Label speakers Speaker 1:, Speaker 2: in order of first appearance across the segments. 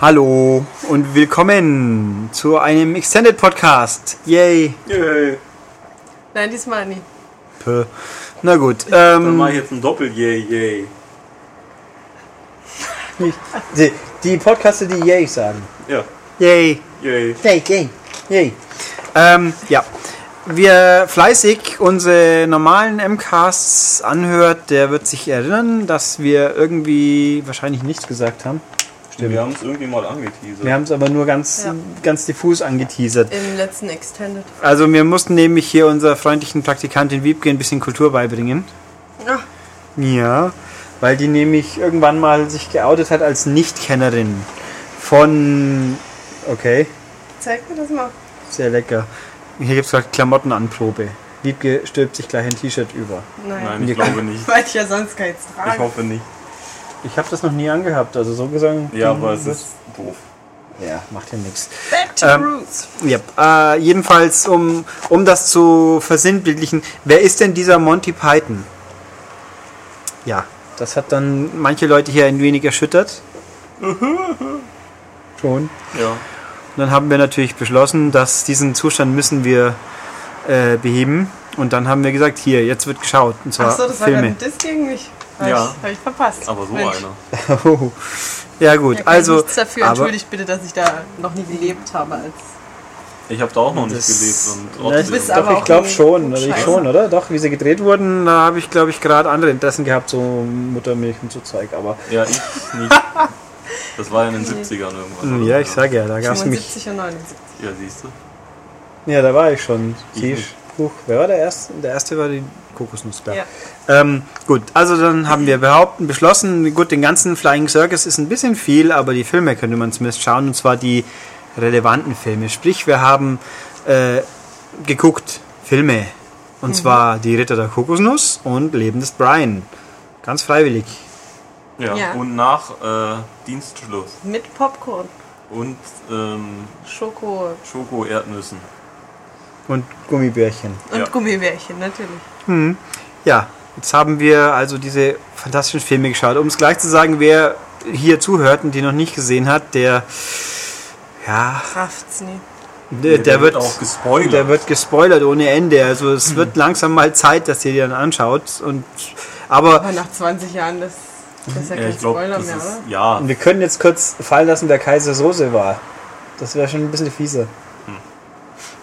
Speaker 1: Hallo und willkommen zu einem Extended Podcast. Yay.
Speaker 2: Yay.
Speaker 3: Nein, diesmal nicht.
Speaker 1: Puh. Na gut.
Speaker 2: Dann
Speaker 1: Ähm,
Speaker 2: mache ich jetzt ein Doppel-Yay, yay.
Speaker 1: die, die Podcaste, die Yay sagen.
Speaker 2: Ja,
Speaker 1: Yay.
Speaker 2: yay.
Speaker 1: Yay, yay, yay. Ähm, ja. Wer fleißig unsere normalen MCasts anhört, der wird sich erinnern, dass wir irgendwie wahrscheinlich nichts gesagt haben.
Speaker 2: Wir haben es irgendwie mal angeteasert.
Speaker 1: Wir haben es aber nur ganz,
Speaker 3: Ja.
Speaker 1: ganz diffus angeteasert.
Speaker 3: Im letzten Extended.
Speaker 1: Also wir mussten nämlich hier unserer freundlichen Praktikantin Wiebke ein bisschen Kultur beibringen.
Speaker 3: Ach,
Speaker 1: Ja, weil die nämlich irgendwann mal sich geoutet hat als Nichtkennerin von... Okay,
Speaker 3: zeig mir das mal.
Speaker 1: sehr lecker. Hier gibt es gerade Klamottenanprobe. Wiebke stülpt sich gleich ein T-Shirt über.
Speaker 3: Nein.
Speaker 2: Nein,
Speaker 1: Wir
Speaker 2: ich glaube nicht.
Speaker 3: Weil ich ja sonst keins
Speaker 2: Ich
Speaker 3: trage.
Speaker 2: hoffe nicht.
Speaker 1: Ich habe das noch nie angehabt, also so gesagt.
Speaker 2: Ja, aber es ist doof.
Speaker 1: Ja, macht ja nichts.
Speaker 3: Back to
Speaker 1: Ähm,
Speaker 3: Roots.
Speaker 1: Ja, äh, jedenfalls, um, um das zu versinnbildlichen, wer ist denn dieser Monty Python? Ja, das hat dann manche Leute hier ein wenig erschüttert.
Speaker 2: Mhm.
Speaker 1: Schon. Und
Speaker 2: Ja.
Speaker 1: dann haben wir natürlich beschlossen, dass diesen Zustand müssen wir äh, beheben. Und dann haben wir gesagt, hier, jetzt wird geschaut. Und zwar
Speaker 3: Achso, das war gerade
Speaker 1: Filme.
Speaker 3: ein Diss gegen mich. Hab
Speaker 2: Ja.
Speaker 3: Ich, hab ich verpasst.
Speaker 2: Aber so
Speaker 3: Mensch.
Speaker 2: einer.
Speaker 1: Oh. Ja gut,
Speaker 3: Da kann
Speaker 1: also...
Speaker 3: Ich nichts dafür.
Speaker 1: aber-
Speaker 3: Entschuldigt bitte, dass ich da noch nie gelebt habe. Als
Speaker 2: Ich habe da auch noch nicht
Speaker 1: Das-
Speaker 2: gelebt. Und
Speaker 1: Ne,
Speaker 2: trotzdem.
Speaker 3: Du bist
Speaker 1: doch,
Speaker 3: aber
Speaker 1: ich
Speaker 3: auch
Speaker 1: glaube
Speaker 3: ein
Speaker 1: schon, also ich
Speaker 3: Scheiße.
Speaker 1: schon, oder? Doch, wie sie gedreht wurden, da habe ich, glaube ich, gerade andere Interessen gehabt, so Muttermilch und so Zeug, aber...
Speaker 2: ja, ich nicht. Das war ja in den 70ern irgendwann. oder?
Speaker 1: Ja, ich sage ja, da gab es mich...
Speaker 3: 75 und 79.
Speaker 2: Ja, siehst du?
Speaker 1: Ja, da war ich schon.
Speaker 2: Ich
Speaker 1: Sie
Speaker 2: nicht.
Speaker 1: Huch, wer war der Erste? Der Erste war die Kokosnuss, klar.
Speaker 3: Ja.
Speaker 1: Ähm, gut, also dann haben wir behaupten, beschlossen, gut, den ganzen Flying Circus ist ein bisschen viel, aber die Filme könnte man zumindest schauen, und zwar die relevanten Filme. Sprich, wir haben äh, geguckt Filme, und zwar Die Ritter der Kokosnuss und Leben des Brian. Ganz freiwillig.
Speaker 2: Ja.
Speaker 3: Ja.
Speaker 2: Und nach äh, Dienstschluss
Speaker 3: Mit Popcorn,
Speaker 2: und ähm,
Speaker 3: Schoko
Speaker 2: Schoko-Erdnüssen.
Speaker 1: Und Gummibärchen.
Speaker 3: und
Speaker 2: Ja.
Speaker 3: Gummibärchen, natürlich.
Speaker 1: Ja, jetzt haben wir also diese fantastischen Filme geschaut. Um es gleich zu sagen, wer hier zuhört und die noch nicht gesehen hat, der ja,
Speaker 3: Kraft's nie.
Speaker 1: der,
Speaker 2: Nee,
Speaker 1: der wird,
Speaker 2: auch gespoilert. Hm.
Speaker 1: der wird gespoilert ohne Ende. Also es wird langsam mal Zeit, dass ihr die dann anschaut. Und aber
Speaker 3: Aber nach 20 Jahren, das, das ist ja
Speaker 2: Mhm. ja,
Speaker 3: kein
Speaker 2: ich glaube,
Speaker 3: Spoiler
Speaker 2: das
Speaker 3: mehr,
Speaker 2: ist.
Speaker 3: oder?
Speaker 2: Ja,
Speaker 1: wir können jetzt kurz fallen lassen, wer Kaiser Soße war. Das wäre schon ein bisschen fieser.
Speaker 2: Hm.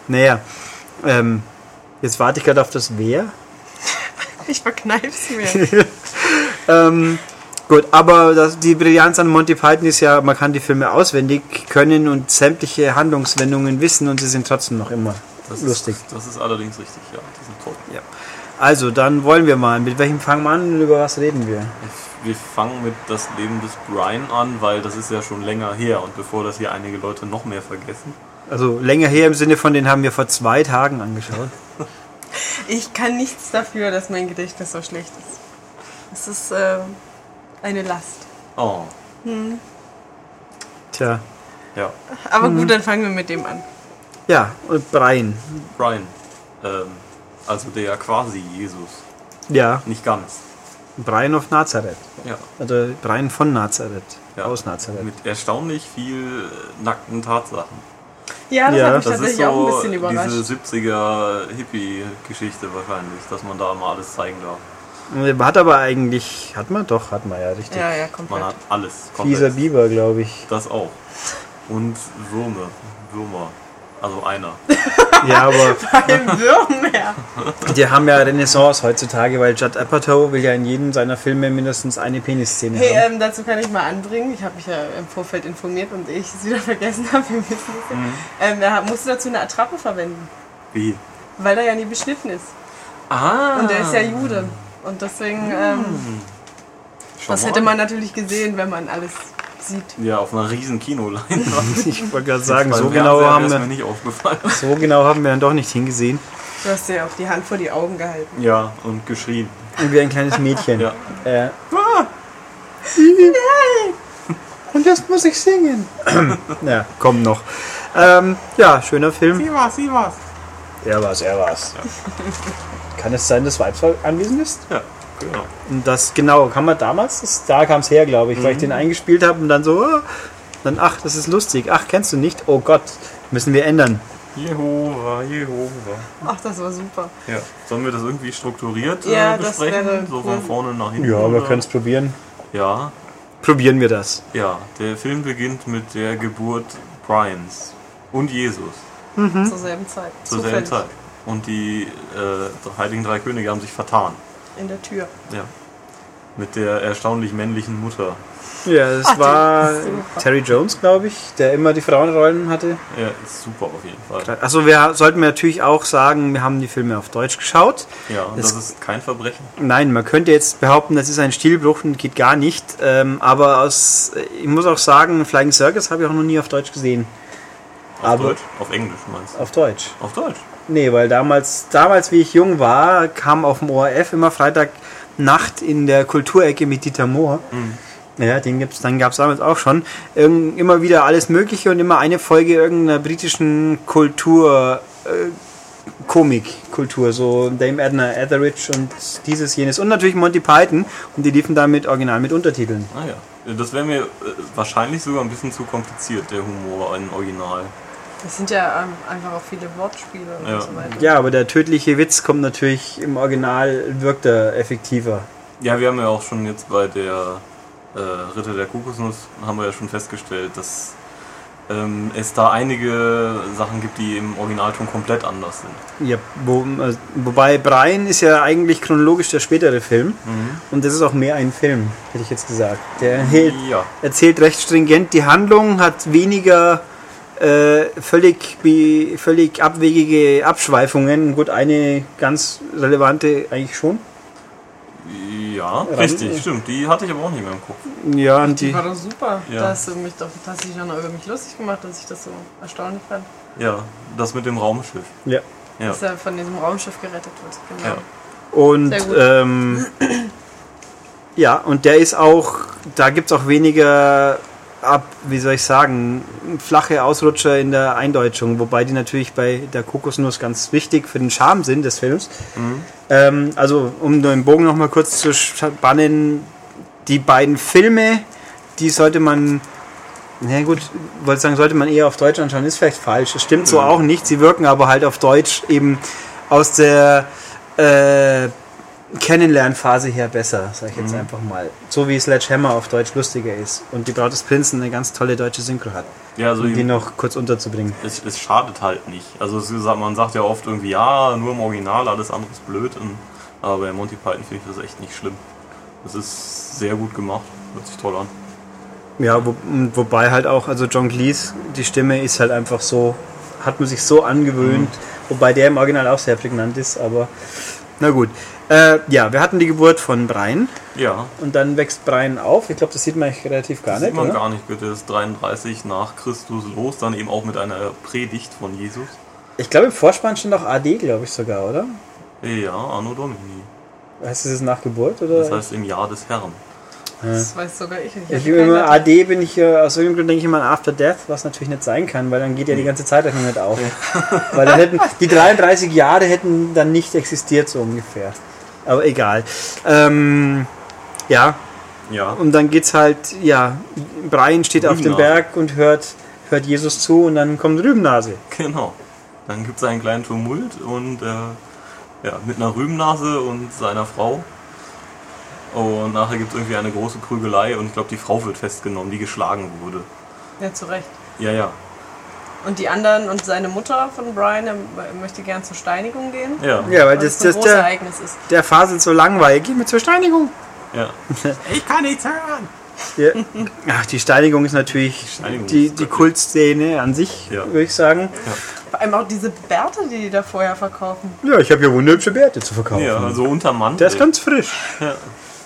Speaker 1: Naja, ähm, jetzt warte ich gerade auf das Wer.
Speaker 3: Ich verkneif's mir.
Speaker 1: Ähm, gut, aber das, die Brillanz an Monty Python ist ja, man kann die Filme auswendig können und sämtliche Handlungswendungen wissen und sie sind trotzdem noch immer
Speaker 2: das
Speaker 1: lustig.
Speaker 2: Ist, das ist allerdings richtig, ja. Das ist toll.
Speaker 1: Ja. Also, dann wollen wir mal. Mit welchem fangen wir an und über was reden wir?
Speaker 2: Wir fangen mit das Leben des Brian an, weil das ist ja schon länger her und bevor das hier einige Leute noch mehr vergessen.
Speaker 1: Also, länger her im Sinne von, den haben wir vor zwei Tagen angeschaut.
Speaker 3: Ich kann nichts dafür, dass mein Gedächtnis so schlecht ist. Es ist äh, eine Last.
Speaker 2: Oh,
Speaker 1: Tja.
Speaker 2: ja.
Speaker 3: Aber
Speaker 2: Mhm.
Speaker 3: gut, dann fangen wir mit dem an.
Speaker 1: Ja, und Brian.
Speaker 2: Brian. Ähm, also der quasi Jesus.
Speaker 1: Ja,
Speaker 2: Nicht ganz.
Speaker 1: Brian auf Nazareth.
Speaker 2: Ja.
Speaker 1: Oder Brian von Nazareth.
Speaker 2: Ja.
Speaker 1: Aus Nazareth.
Speaker 2: Mit erstaunlich viel äh, nackten Tatsachen.
Speaker 3: Ja, das
Speaker 1: Ja,
Speaker 3: hat mich
Speaker 2: Das ist
Speaker 3: tatsächlich auch ein
Speaker 2: so
Speaker 3: bisschen überrascht.
Speaker 2: diese 70er Hippie-Geschichte wahrscheinlich, dass man da mal alles zeigen darf.
Speaker 1: Man hat aber eigentlich, hat man doch, hat man ja, richtig.
Speaker 3: Ja, ja,
Speaker 2: Man
Speaker 3: komplett.
Speaker 2: hat alles.
Speaker 1: Fieser Biber, glaube ich.
Speaker 2: Das auch. Und Würme. Würmer. Also einer.
Speaker 1: Ja, aber.
Speaker 3: Kein
Speaker 2: ne?
Speaker 3: Würm mehr.
Speaker 1: Die haben ja Renaissance heutzutage, weil Judd Apatow will ja in jedem seiner Filme mindestens eine Penisszene
Speaker 3: Hey,
Speaker 1: haben.
Speaker 3: ähm, dazu kann ich mal anbringen. Ich habe mich ja im Vorfeld informiert und ich es wieder vergessen habe. Wir wissen es ja.
Speaker 2: Mhm.
Speaker 3: ähm, Er hat- musste dazu eine Attrappe verwenden,
Speaker 2: Wie?
Speaker 3: weil er ja nie beschnitten ist.
Speaker 2: Ah! Mhm.
Speaker 3: Und er ist ja Jude. Und deswegen, ähm, das hätte man natürlich gesehen, wenn man alles sieht.
Speaker 2: Ja, auf einer riesen
Speaker 3: äh,
Speaker 2: Kinoleinwand.
Speaker 1: Ich wollte gerade sagen, so
Speaker 2: Beim
Speaker 1: genau,
Speaker 2: Fernseher
Speaker 1: haben
Speaker 2: wär's mir
Speaker 1: wir,
Speaker 2: nicht aufgefallen.
Speaker 1: so genau haben wir dann doch nicht hingesehen.
Speaker 3: Du hast dir auch die Hand vor die Augen gehalten.
Speaker 2: Ja, und geschrien.
Speaker 1: Und wie ein kleines Mädchen.
Speaker 2: Ja.
Speaker 1: Äh, und jetzt muss ich singen. ja, komm noch. Ähm, ja, schöner Film.
Speaker 2: war's, sie war's.
Speaker 1: Er war's, er war's. Kann es sein, dass Weibs anwesend ist?
Speaker 2: Ja, genau.
Speaker 1: Mhm. Und das, genau, kann man damals, das, da kam es her, glaube ich, weil ich den eingespielt habe und dann so, ah, Dann, ach, das ist lustig. Ach, kennst du nicht? Oh Gott, müssen wir ändern.
Speaker 2: Jehova, Jehova.
Speaker 3: Ach, das war super.
Speaker 2: Ja. Sollen wir das irgendwie strukturiert
Speaker 3: Ja,
Speaker 2: äh,
Speaker 3: das
Speaker 2: besprechen?
Speaker 3: wäre
Speaker 2: so
Speaker 3: cool.
Speaker 2: von vorne nach hinten?
Speaker 1: Ja, wir
Speaker 2: oder?
Speaker 1: können es probieren.
Speaker 2: Ja,
Speaker 1: Probieren wir das.
Speaker 2: ja. Der Film beginnt mit der Geburt Brians und Jesus
Speaker 3: Zur selben Zeit.
Speaker 2: zur selben Zeit. Und die äh, Heiligen Drei Könige haben sich vertan.
Speaker 3: In der Tür.
Speaker 2: Ja. Mit der erstaunlich männlichen Mutter.
Speaker 1: Ja, das
Speaker 3: Ach,
Speaker 1: war
Speaker 3: Ah, das ist super.
Speaker 1: Terry Jones, glaube ich, der immer die Frauenrollen hatte.
Speaker 2: Ja, ist super auf jeden Fall.
Speaker 1: Also wir sollten natürlich auch sagen, wir haben die Filme auf Deutsch geschaut.
Speaker 2: Ja, und
Speaker 1: Das-
Speaker 2: das ist kein Verbrechen.
Speaker 1: Nein, man könnte jetzt behaupten, das ist ein Stilbruch und geht gar nicht. Ähm, aber aus, ich muss auch sagen, Flying Circus habe ich auch noch nie auf Deutsch gesehen.
Speaker 2: Auf
Speaker 1: Aber-
Speaker 2: Deutsch? Auf Englisch meinst du?
Speaker 1: Auf Deutsch.
Speaker 2: Auf Deutsch.
Speaker 1: Nee, weil damals, damals, wie ich jung war, kam auf dem ORF immer Freitagnacht in der Kulturecke mit Dieter Mohr. Ja, den gibt's, dann gab's damals auch schon. Irgend, immer wieder alles Mögliche und immer eine Folge irgendeiner britischen Kultur, äh, Komik-Kultur, so Dame Edna Etheridge und dieses, jenes. Und natürlich Monty Python und die liefen damit original mit Untertiteln.
Speaker 2: Ah ja. Das wäre mir äh, wahrscheinlich sogar ein bisschen zu kompliziert, der Humor im Original.
Speaker 3: Das sind ja ähm, einfach auch viele Wortspiele und
Speaker 2: Ja.
Speaker 3: so weiter.
Speaker 1: Ja, aber der tödliche Witz kommt natürlich im Original, wirkt er effektiver.
Speaker 2: Ja, wir haben ja auch schon jetzt bei der äh, Ritter der Kokosnuss, haben wir ja schon festgestellt, dass ähm, es da einige Sachen gibt, die im Originalton komplett anders sind.
Speaker 1: Ja, wo, also, wobei Brian ist ja eigentlich chronologisch der spätere Film und das ist auch mehr ein Film, hätte ich jetzt gesagt. Der hält,
Speaker 2: Ja.
Speaker 1: erzählt recht stringent die Handlung, hat weniger äh, völlig, bi- völlig abwegige Abschweifungen. Gut, eine ganz relevante eigentlich schon.
Speaker 2: Ja, richtig, stimmt. Die hatte ich aber auch nicht mehr im Kopf.
Speaker 1: Ja, und
Speaker 3: Die
Speaker 1: die,
Speaker 3: war doch super.
Speaker 2: Ja.
Speaker 3: Da hast du mich doch tatsächlich auch noch über mich lustig gemacht, dass ich das so erstaunlich fand.
Speaker 2: Ja, das mit dem Raumschiff.
Speaker 1: ja.
Speaker 2: Ja.
Speaker 3: Dass er von diesem Raumschiff gerettet wird. Genau.
Speaker 2: Ja.
Speaker 1: Und
Speaker 3: Sehr gut.
Speaker 1: ähm, ja, und der ist auch, da gibt es auch weniger ab, wie soll ich sagen, flache Ausrutscher in der Eindeutschung, wobei die natürlich bei der Kokosnuss ganz wichtig für den Charmesinn des Films. Ähm, also, um nur den Bogen nochmal kurz zu spannen, die beiden Filme, die sollte man, na gut, wollte sagen, sollte man eher auf Deutsch anschauen, ist vielleicht falsch. Das stimmt so
Speaker 2: Mhm.
Speaker 1: auch nicht. Sie wirken aber halt auf Deutsch eben aus der äh, Kennenlernphase her besser, sag ich jetzt einfach mal. So wie Sledgehammer auf Deutsch lustiger ist und die Braut des Prinzen eine ganz tolle deutsche Synchro hat,
Speaker 2: Ja, also
Speaker 1: um die noch kurz unterzubringen.
Speaker 2: es, es schadet halt nicht. Also es gesagt, man sagt ja oft irgendwie, ja, nur im Original, alles andere ist blöd. Und, aber bei Monty Python finde ich das echt nicht schlimm. Es ist sehr gut gemacht, hört sich toll an.
Speaker 1: Ja, wo, und wobei halt auch, also John Cleese, die Stimme ist halt einfach so, hat man sich so angewöhnt,
Speaker 2: Mhm.
Speaker 1: wobei der im Original auch sehr prägnant ist, aber na gut. Äh, ja, wir hatten die Geburt von Brian
Speaker 2: Ja,
Speaker 1: und dann wächst Brian auf. Ich glaube, das sieht man eigentlich relativ gar
Speaker 2: das
Speaker 1: nicht.
Speaker 2: sieht man
Speaker 1: oder?
Speaker 2: gar nicht, bitte. Das ist 33 nach Christus los, dann eben auch mit einer Predigt von Jesus.
Speaker 1: Ich glaube, im Vorspann stand auch AD, glaube ich sogar, oder?
Speaker 2: Ja, Anno Domini.
Speaker 1: Heißt das jetzt nach Geburt? Oder?
Speaker 2: Das heißt im Jahr des Herrn.
Speaker 3: Das weiß sogar ich. Ich,
Speaker 1: Ich
Speaker 3: hätte
Speaker 1: bin immer
Speaker 3: keine-
Speaker 1: AD bin ich äh, aus irgendeinem Grund denke ich immer an After Death, was natürlich nicht sein kann, weil dann geht ja die ganze Zeitrechnung nicht auf. Weil dann hätten die 33 Jahre hätten dann nicht existiert so ungefähr. Aber egal. Ähm, ja,
Speaker 2: Ja,
Speaker 1: und dann geht's halt, ja, Brian steht auf dem
Speaker 2: Rübennase.
Speaker 1: Berg und hört, hört Jesus zu und dann kommt Rübennase.
Speaker 2: genau. Dann gibt es einen kleinen Tumult und äh, ja, mit einer Rübennase und seiner Frau. Und nachher gibt es irgendwie eine große Prügelei und ich glaube, die Frau wird festgenommen, die geschlagen wurde.
Speaker 3: Ja, zu Recht.
Speaker 2: Ja, ja.
Speaker 3: Und die anderen und seine Mutter von Brian er möchte gern zur Steinigung gehen.
Speaker 2: Ja.
Speaker 1: Ja, weil
Speaker 3: Weil
Speaker 1: das,
Speaker 3: das ein
Speaker 1: das
Speaker 3: großes
Speaker 1: der,
Speaker 3: Ereignis ist.
Speaker 1: der Fasel so langweilig. Geh mir zur Steinigung.
Speaker 2: ja. ich kann nichts hören!
Speaker 1: Ja. Ach, die Steinigung ist natürlich
Speaker 2: Steinigung
Speaker 1: die,
Speaker 2: ist
Speaker 1: die
Speaker 2: göttlich.
Speaker 1: Kultszene an sich,
Speaker 2: Ja.
Speaker 1: würde ich sagen.
Speaker 3: Vor allem auch diese Bärte, die die da vorher verkaufen.
Speaker 1: Ja, ich habe ja wunderhübsche Bärte zu verkaufen.
Speaker 2: Ja, also so unterm Mantel.
Speaker 1: Der ist ganz frisch.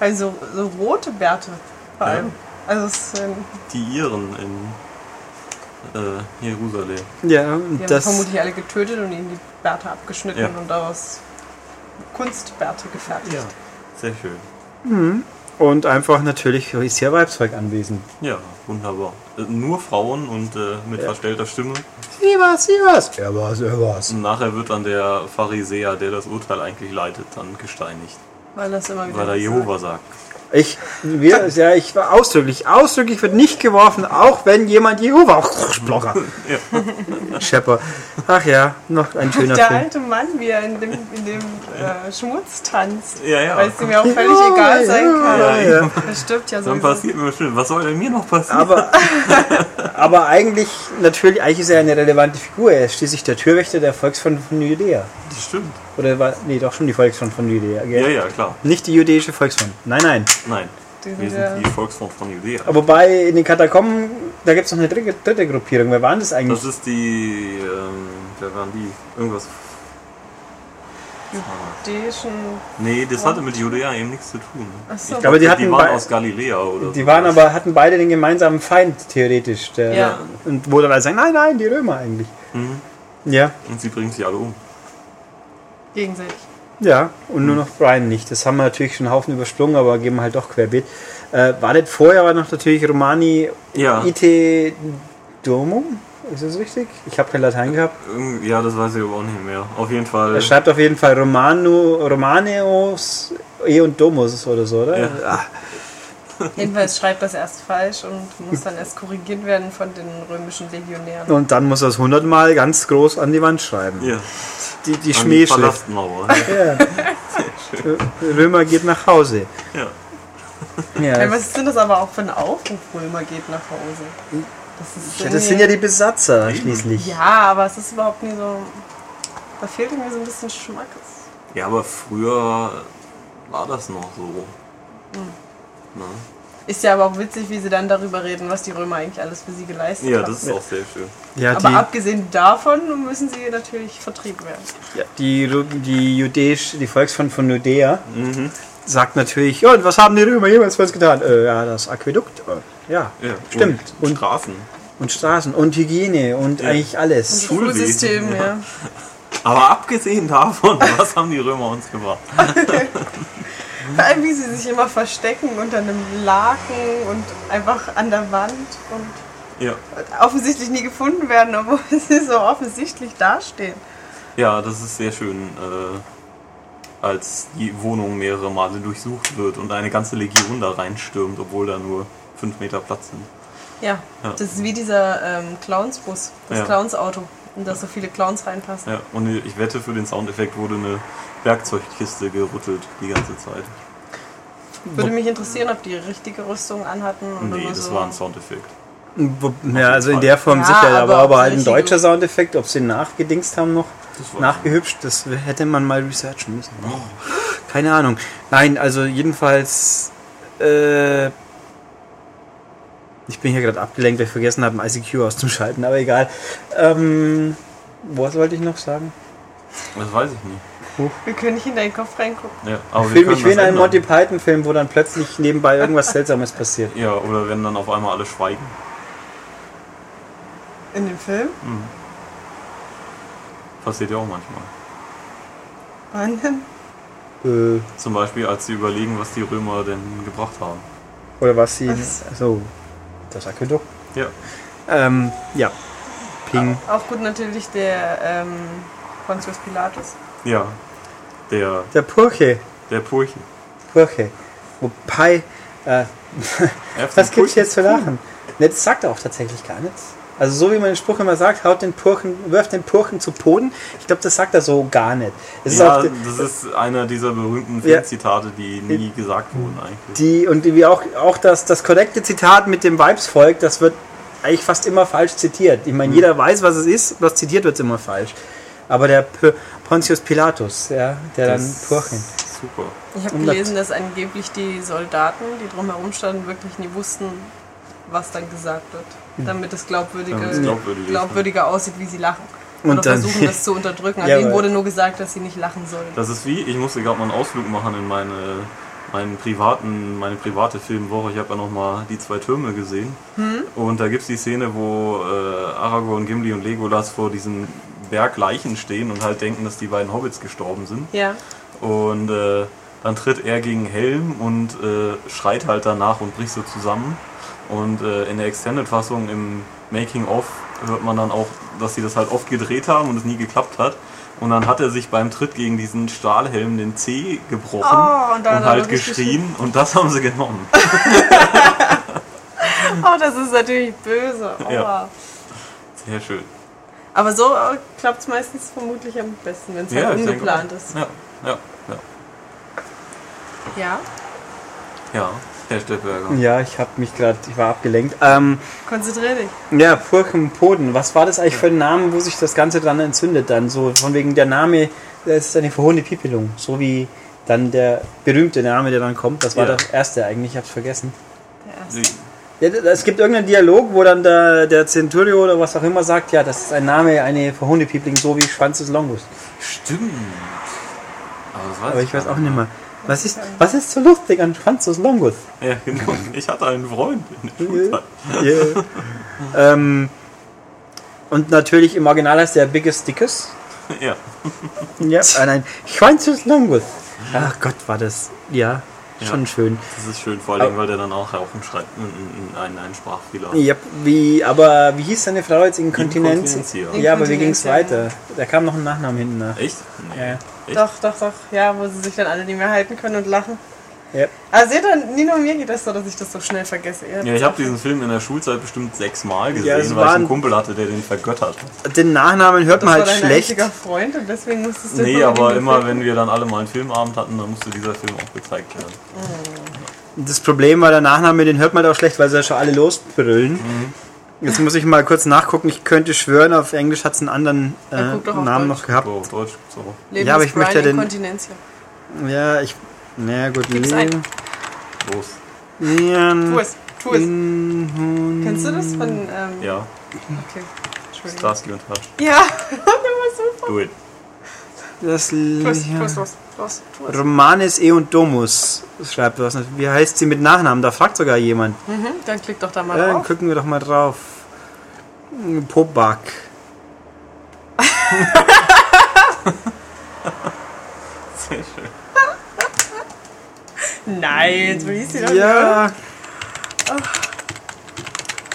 Speaker 3: Also so rote Bärte vor allem. Also es ist, ähm,
Speaker 2: die Iren in äh, Jerusalem.
Speaker 1: Ja,
Speaker 3: die
Speaker 1: und
Speaker 3: haben
Speaker 1: das,
Speaker 3: vermutlich alle getötet und ihnen die Bärte abgeschnitten
Speaker 2: Ja.
Speaker 3: und daraus Kunstbärte gefertigt.
Speaker 2: Sehr schön.
Speaker 1: und einfach natürlich ist hier Weibszeug anwesend.
Speaker 2: Ja, wunderbar. Äh, Nur Frauen und äh, mit verstellter Stimme.
Speaker 1: Sie was, sie was. Er was, er was.
Speaker 2: Und nachher wird dann der Pharisäer, der das Urteil eigentlich leitet, dann gesteinigt.
Speaker 3: Weil das immer wieder
Speaker 2: Weil er
Speaker 3: so-
Speaker 2: Jehova sagt.
Speaker 1: Ich, wir, ja, ich war ausdrücklich. Ausdrücklich wird nicht geworfen, auch wenn jemand Jehova. Oh, Blogger. Schepper. Ach ja, noch ein schöner
Speaker 3: Der
Speaker 1: Film.
Speaker 3: alte Mann, wie er in dem, in dem äh, Schmutz tanzt.
Speaker 2: Ja, ja.
Speaker 3: Weil es ihm ja auch völlig
Speaker 1: Ja,
Speaker 3: egal sein
Speaker 1: ja,
Speaker 3: kann.
Speaker 1: ja, ja.
Speaker 3: Er stirbt ja
Speaker 2: Dann
Speaker 3: sowieso.
Speaker 2: passiert mir bestimmt. Was soll denn mir noch passieren?
Speaker 1: Aber, aber eigentlich, natürlich, eigentlich ist er eine relevante Figur. Er ist schließlich der Türwächter der Volksfront von Judäa.
Speaker 2: Das stimmt.
Speaker 1: Oder war, nee, doch schon die Volksfront von Judäa. Gell?
Speaker 2: Ja, ja, klar.
Speaker 1: Nicht die jüdische Volksfront. Nein, nein.
Speaker 2: Nein.
Speaker 3: Die
Speaker 2: Wir
Speaker 3: sind ja-
Speaker 2: sind die Volksfront von Judäa.
Speaker 1: Aber bei in den Katakomben, da gibt es noch eine dritte, dritte Gruppierung. Wer waren das eigentlich?
Speaker 2: Das ist die. Ähm, wer waren die? Irgendwas.
Speaker 3: Die ist schon.
Speaker 2: Nee, das hatte mit Judäa eben nichts zu tun.
Speaker 3: Achso.
Speaker 1: Ich glaube, die hatten
Speaker 2: die waren
Speaker 1: bei-
Speaker 2: aus Galiläa oder
Speaker 1: Die
Speaker 2: so.
Speaker 1: waren aber, hatten beide den gemeinsamen Feind, theoretisch. Der,
Speaker 3: Ja.
Speaker 1: Und wo dann alle sagen, nein, nein, die Römer eigentlich.
Speaker 2: Mhm.
Speaker 1: Ja,
Speaker 2: Und sie bringen sich alle um.
Speaker 3: gegenseitig.
Speaker 1: ja. Und
Speaker 2: Mhm.
Speaker 1: nur noch Brian nicht. Das haben wir natürlich schon einen Haufen übersprungen, aber geben halt doch querbeet. Äh, war das vorher war noch natürlich Romani
Speaker 2: Ja.
Speaker 1: Ite Domum? Ist das richtig? Ich habe kein Latein gehabt.
Speaker 2: Irgendwie- Ja, das weiß ich aber auch nicht mehr. Auf jeden Fall.
Speaker 1: Er schreibt auf jeden Fall Romano, Romaneus E und Domus oder so, oder?
Speaker 2: Ja.
Speaker 1: Ah,
Speaker 3: Jedenfalls schreibt das erst falsch und muss dann erst korrigiert werden von den römischen Legionären.
Speaker 1: Und dann muss er es hundertmal ganz groß an die Wand schreiben.
Speaker 2: Ja.
Speaker 1: Die, die
Speaker 2: An die
Speaker 1: Schmähschrift.
Speaker 2: Palastmauer.
Speaker 1: Ja. Römer geht nach Hause.
Speaker 2: ja.
Speaker 1: Ja,
Speaker 3: Ja, was ist denn das aber auch für ein Aufruf, Römer geht nach Hause? Das, ist
Speaker 1: das sind
Speaker 3: irgendwie-
Speaker 1: ja die Besatzer schließlich.
Speaker 3: Ja, aber es ist überhaupt nie so. Da fehlt irgendwie so ein bisschen Schmackes.
Speaker 2: ja, aber früher war das noch so. Na?
Speaker 3: Ist ja aber auch witzig, wie sie dann darüber reden, was die Römer eigentlich alles für sie geleistet
Speaker 2: Ja,
Speaker 3: haben.
Speaker 2: das ist auch sehr schön.
Speaker 1: Ja,
Speaker 3: aber
Speaker 1: die,
Speaker 3: abgesehen davon müssen sie natürlich vertrieben werden.
Speaker 1: ja, die, Ru- die, Judäisch, die Volksfront von Judäa
Speaker 2: Mhm.
Speaker 1: sagt natürlich, ja, und was haben die Römer jemals für uns getan? Äh, ja, das Aquädukt. Äh, ja.
Speaker 2: Ja.
Speaker 1: Stimmt.
Speaker 2: Und,
Speaker 1: Und-
Speaker 2: Straßen.
Speaker 1: Und Straßen und Hygiene und
Speaker 2: Ja.
Speaker 1: eigentlich alles.
Speaker 2: Schulwesen,
Speaker 3: Schulsystem, ja.
Speaker 2: Aber abgesehen davon, was haben die Römer uns gebracht?
Speaker 3: Vor allem, wie sie sich immer verstecken unter einem Laken und einfach an der Wand und
Speaker 2: Ja.
Speaker 3: offensichtlich nie gefunden werden, obwohl sie so offensichtlich dastehen.
Speaker 2: Ja, das ist sehr schön, äh, als die Wohnung mehrere Male durchsucht wird und eine ganze Legion da reinstürmt, obwohl da nur fünf Meter Platz sind.
Speaker 3: Ja,
Speaker 2: Ja.
Speaker 3: das ist wie dieser ähm, Clownsbus, das
Speaker 2: Ja.
Speaker 3: Clownsauto, in das so viele Clowns reinpassen.
Speaker 2: Ja, und ich wette, für den Soundeffekt wurde eine Werkzeugkiste gerüttelt die ganze Zeit.
Speaker 3: Würde mich interessieren, ob die richtige Rüstung anhatten oder
Speaker 2: Nee,
Speaker 3: nur
Speaker 2: das
Speaker 3: so.
Speaker 2: war ein Soundeffekt.
Speaker 1: Wo- Ja, also in der Form
Speaker 3: Ja,
Speaker 1: sicher, aber,
Speaker 3: aber
Speaker 1: aber
Speaker 3: ob
Speaker 1: halt ein
Speaker 3: sie richtig-
Speaker 1: deutscher Soundeffekt, ob sie nachgedingst haben noch,
Speaker 2: Das weiß
Speaker 1: nachgehübscht, das hätte man mal researchen müssen. Keine Ahnung. Nein, also jedenfalls, äh, ich bin hier gerade abgelenkt, weil ich vergessen habe, ein ICQ auszuschalten, aber egal. Ähm, was wollte ich noch sagen?
Speaker 2: Das weiß ich nicht.
Speaker 3: Wir können nicht in deinen Kopf reingucken.
Speaker 2: Ja, aber wir
Speaker 1: Film,
Speaker 2: können
Speaker 1: ich will in
Speaker 2: das
Speaker 1: einem
Speaker 2: ändern.
Speaker 1: Monty Python-Film, wo dann plötzlich nebenbei irgendwas Seltsames passiert.
Speaker 2: Ja, oder wenn dann auf einmal alle schweigen.
Speaker 3: In dem Film?
Speaker 2: Passiert ja auch manchmal.
Speaker 3: Wann denn?
Speaker 1: Äh,
Speaker 2: Zum Beispiel, als sie überlegen, was die Römer denn gebracht haben.
Speaker 1: oder was sie.
Speaker 3: Was?
Speaker 1: So, das Aquädukt.
Speaker 2: Ja.
Speaker 1: Ähm, ja. Ping.
Speaker 3: Auch gut natürlich der ähm, Pontius Pilatus.
Speaker 2: Ja. Der,
Speaker 1: Der Purche.
Speaker 2: der Purchen.
Speaker 1: Purche. Wobei, äh, was gibt's jetzt zu lachen? Ne, das sagt er auch tatsächlich gar nichts. Also so wie man den Spruch immer sagt, haut den Purchen, wirft den Purchen zu Boden. Ich glaube, das sagt er so gar nicht. Es ist
Speaker 2: Ja,
Speaker 1: auch
Speaker 2: das ist einer dieser berühmten
Speaker 1: Ja.
Speaker 2: Filmzitate, die nie gesagt wurden eigentlich.
Speaker 1: die und wie auch auch das das korrekte Zitat mit dem Weibsvolk, das wird eigentlich fast immer falsch zitiert. Ich meine, jeder weiß, was es ist, was zitiert wird immer falsch. Aber der P Pontius Pilatus, ja, der dann
Speaker 2: Das-
Speaker 1: Purchen.
Speaker 2: Super.
Speaker 3: Ich habe
Speaker 1: Und das-
Speaker 3: gelesen, dass angeblich die Soldaten, die drumherum standen, wirklich nie wussten, was dann gesagt wird. Damit es glaubwürdiger,
Speaker 2: Damit es glaubwürdig ist,
Speaker 3: glaubwürdiger aussieht, wie sie lachen.
Speaker 1: Und
Speaker 3: Oder
Speaker 1: dann-
Speaker 3: versuchen, das zu unterdrücken. Also
Speaker 1: Ja,
Speaker 3: ihnen
Speaker 1: aber-
Speaker 3: wurde nur gesagt, dass sie nicht lachen sollen.
Speaker 2: Das ist wie, ich musste gerade mal einen Ausflug machen in meine, meinen privaten, meine private Filmwoche. Ich habe ja nochmal die zwei Türme gesehen.
Speaker 1: Hm?
Speaker 2: Und da gibt es die Szene, wo äh, Aragorn, Gimli und Legolas vor diesem Berg Leichen stehen und halt denken, dass die beiden Hobbits gestorben sind.
Speaker 3: Ja,
Speaker 2: Und äh, dann tritt er gegen Helm und äh, schreit halt danach und bricht so zusammen. Und äh, in der Extended-Fassung im Making-of hört man dann auch, dass sie das halt oft gedreht haben und es nie geklappt hat. Und dann hat er sich beim Tritt gegen diesen Stahlhelm den Zeh gebrochen
Speaker 3: Oh, und
Speaker 2: und,
Speaker 3: da hat er
Speaker 2: halt
Speaker 3: wirklich
Speaker 2: geschrien und das haben sie genommen.
Speaker 3: Oh, das ist natürlich böse. Aua.
Speaker 2: Ja. Sehr schön.
Speaker 3: Aber so klappt es meistens vermutlich am besten, wenn es halt
Speaker 2: ich denke
Speaker 3: ungeplant
Speaker 2: auch.
Speaker 3: ist.
Speaker 2: Ja, ja, ja.
Speaker 3: Ja.
Speaker 2: Ja, Herr Steppberger.
Speaker 1: Ja, ich habe mich gerade, ich war abgelenkt. Ähm,
Speaker 3: Konzentrier dich.
Speaker 1: ja, Purkenpoden. Was war das eigentlich für ein Name, wo sich das Ganze dann entzündet? Dann so von wegen der Name, das ist eine verhohene Pipelung. So wie dann der berühmte Name, der dann kommt. Das war
Speaker 2: Ja.
Speaker 1: der erste eigentlich, ich hab's vergessen.
Speaker 3: Der erste.
Speaker 2: Sie-
Speaker 1: Ja, d- es gibt irgendeinen Dialog, wo dann der, der Centurio oder was auch immer sagt, ja, das ist ein Name, eine verhohene Pipelung, so wie Schwanz des Longus.
Speaker 2: Stimmt. Aber, das weiß
Speaker 1: Aber ich weiß
Speaker 2: gar
Speaker 1: auch nicht mehr. Was ist, was ist so lustig an Schwanz des Longus?
Speaker 2: Ja, genau. Ich hatte einen Freund in der
Speaker 1: Yeah.
Speaker 2: Schulzeit.
Speaker 1: Yeah. ähm, und natürlich im Original heißt der Biggest Dickest.
Speaker 2: Ja.
Speaker 1: Ja. Ah, nein, Schwanz des Longus. Ach Ah, Gott, war das. Ja,
Speaker 2: Ja.
Speaker 1: schon schön.
Speaker 2: Das ist schön, vor allem, weil der dann auch auf dem Schrei einen, einen, einen Sprachfehler
Speaker 1: Ja, wie, aber wie hieß seine Frau jetzt? Inkontinenz?
Speaker 2: Inkontinenz, ja.
Speaker 1: Ja, aber wie ging
Speaker 3: Inkontinenz,
Speaker 1: es
Speaker 3: ja.
Speaker 1: weiter? Da kam noch ein Nachname hinten nach.
Speaker 2: Echt? Nee.
Speaker 1: Ja.
Speaker 2: Echt?
Speaker 3: Doch, doch, doch. Ja, wo sie sich dann alle nicht mehr halten können und lachen.
Speaker 1: Ja.
Speaker 3: Aber seht ihr, Nino, mir geht das so, dass ich das so schnell vergesse. Ihr habt-
Speaker 2: Ja, ich habe diesen Film in der Schulzeit bestimmt sechsmal gesehen,
Speaker 1: Ja, es
Speaker 2: weil ich
Speaker 1: waren-
Speaker 2: einen Kumpel hatte, der den vergöttert.
Speaker 1: Den Nachnamen hört
Speaker 3: das
Speaker 1: man
Speaker 3: war
Speaker 1: halt
Speaker 3: dein
Speaker 1: schlecht.
Speaker 3: einziger Freund und deswegen musstest du
Speaker 2: Nee,
Speaker 3: jetzt
Speaker 2: aber
Speaker 3: unbedingt
Speaker 2: immer
Speaker 3: den
Speaker 2: wenn wir dann alle mal einen Filmabend hatten, dann musste dieser Film auch gezeigt werden.
Speaker 1: Das Problem war, der Nachname, den hört man halt auch schlecht, weil sie ja schon alle losbrüllen. Jetzt muss ich mal kurz nachgucken. Ich könnte schwören, auf Englisch hat es einen anderen äh,
Speaker 3: Ja, guck doch auf
Speaker 1: Namen
Speaker 3: Deutsch.
Speaker 1: noch gehabt.
Speaker 2: So, auf Deutsch gibt's auch.
Speaker 3: Leben
Speaker 1: Ja, aber
Speaker 3: ist
Speaker 1: ich möchte
Speaker 3: Brian
Speaker 1: den-
Speaker 3: Inkontinenz hier.
Speaker 1: Ja, ich. Na gut,
Speaker 3: Gib's ein.
Speaker 2: Los.
Speaker 1: Nieren.
Speaker 3: Tu es, tu es.
Speaker 1: Inhun-
Speaker 3: Kennst du das von... Ähm,
Speaker 2: Ja,
Speaker 3: Okay, Entschuldigung.
Speaker 2: Starsky und Hutch.
Speaker 3: Ja, das war super.
Speaker 2: Do it.
Speaker 1: Das
Speaker 3: Tu es,
Speaker 1: Lied-
Speaker 3: tu es, los, los, tu es.
Speaker 1: Romanes E und Domus schreibt was. nicht. Wie heißt sie mit Nachnamen? Da fragt sogar jemand.
Speaker 3: Mhm, dann klick doch da mal
Speaker 1: Ja, dann
Speaker 3: drauf.
Speaker 1: gucken wir doch mal drauf. Hm, Pobak.
Speaker 2: Sehr schön.
Speaker 3: Nein, so hieß sie doch nicht.
Speaker 1: Ja. Ah.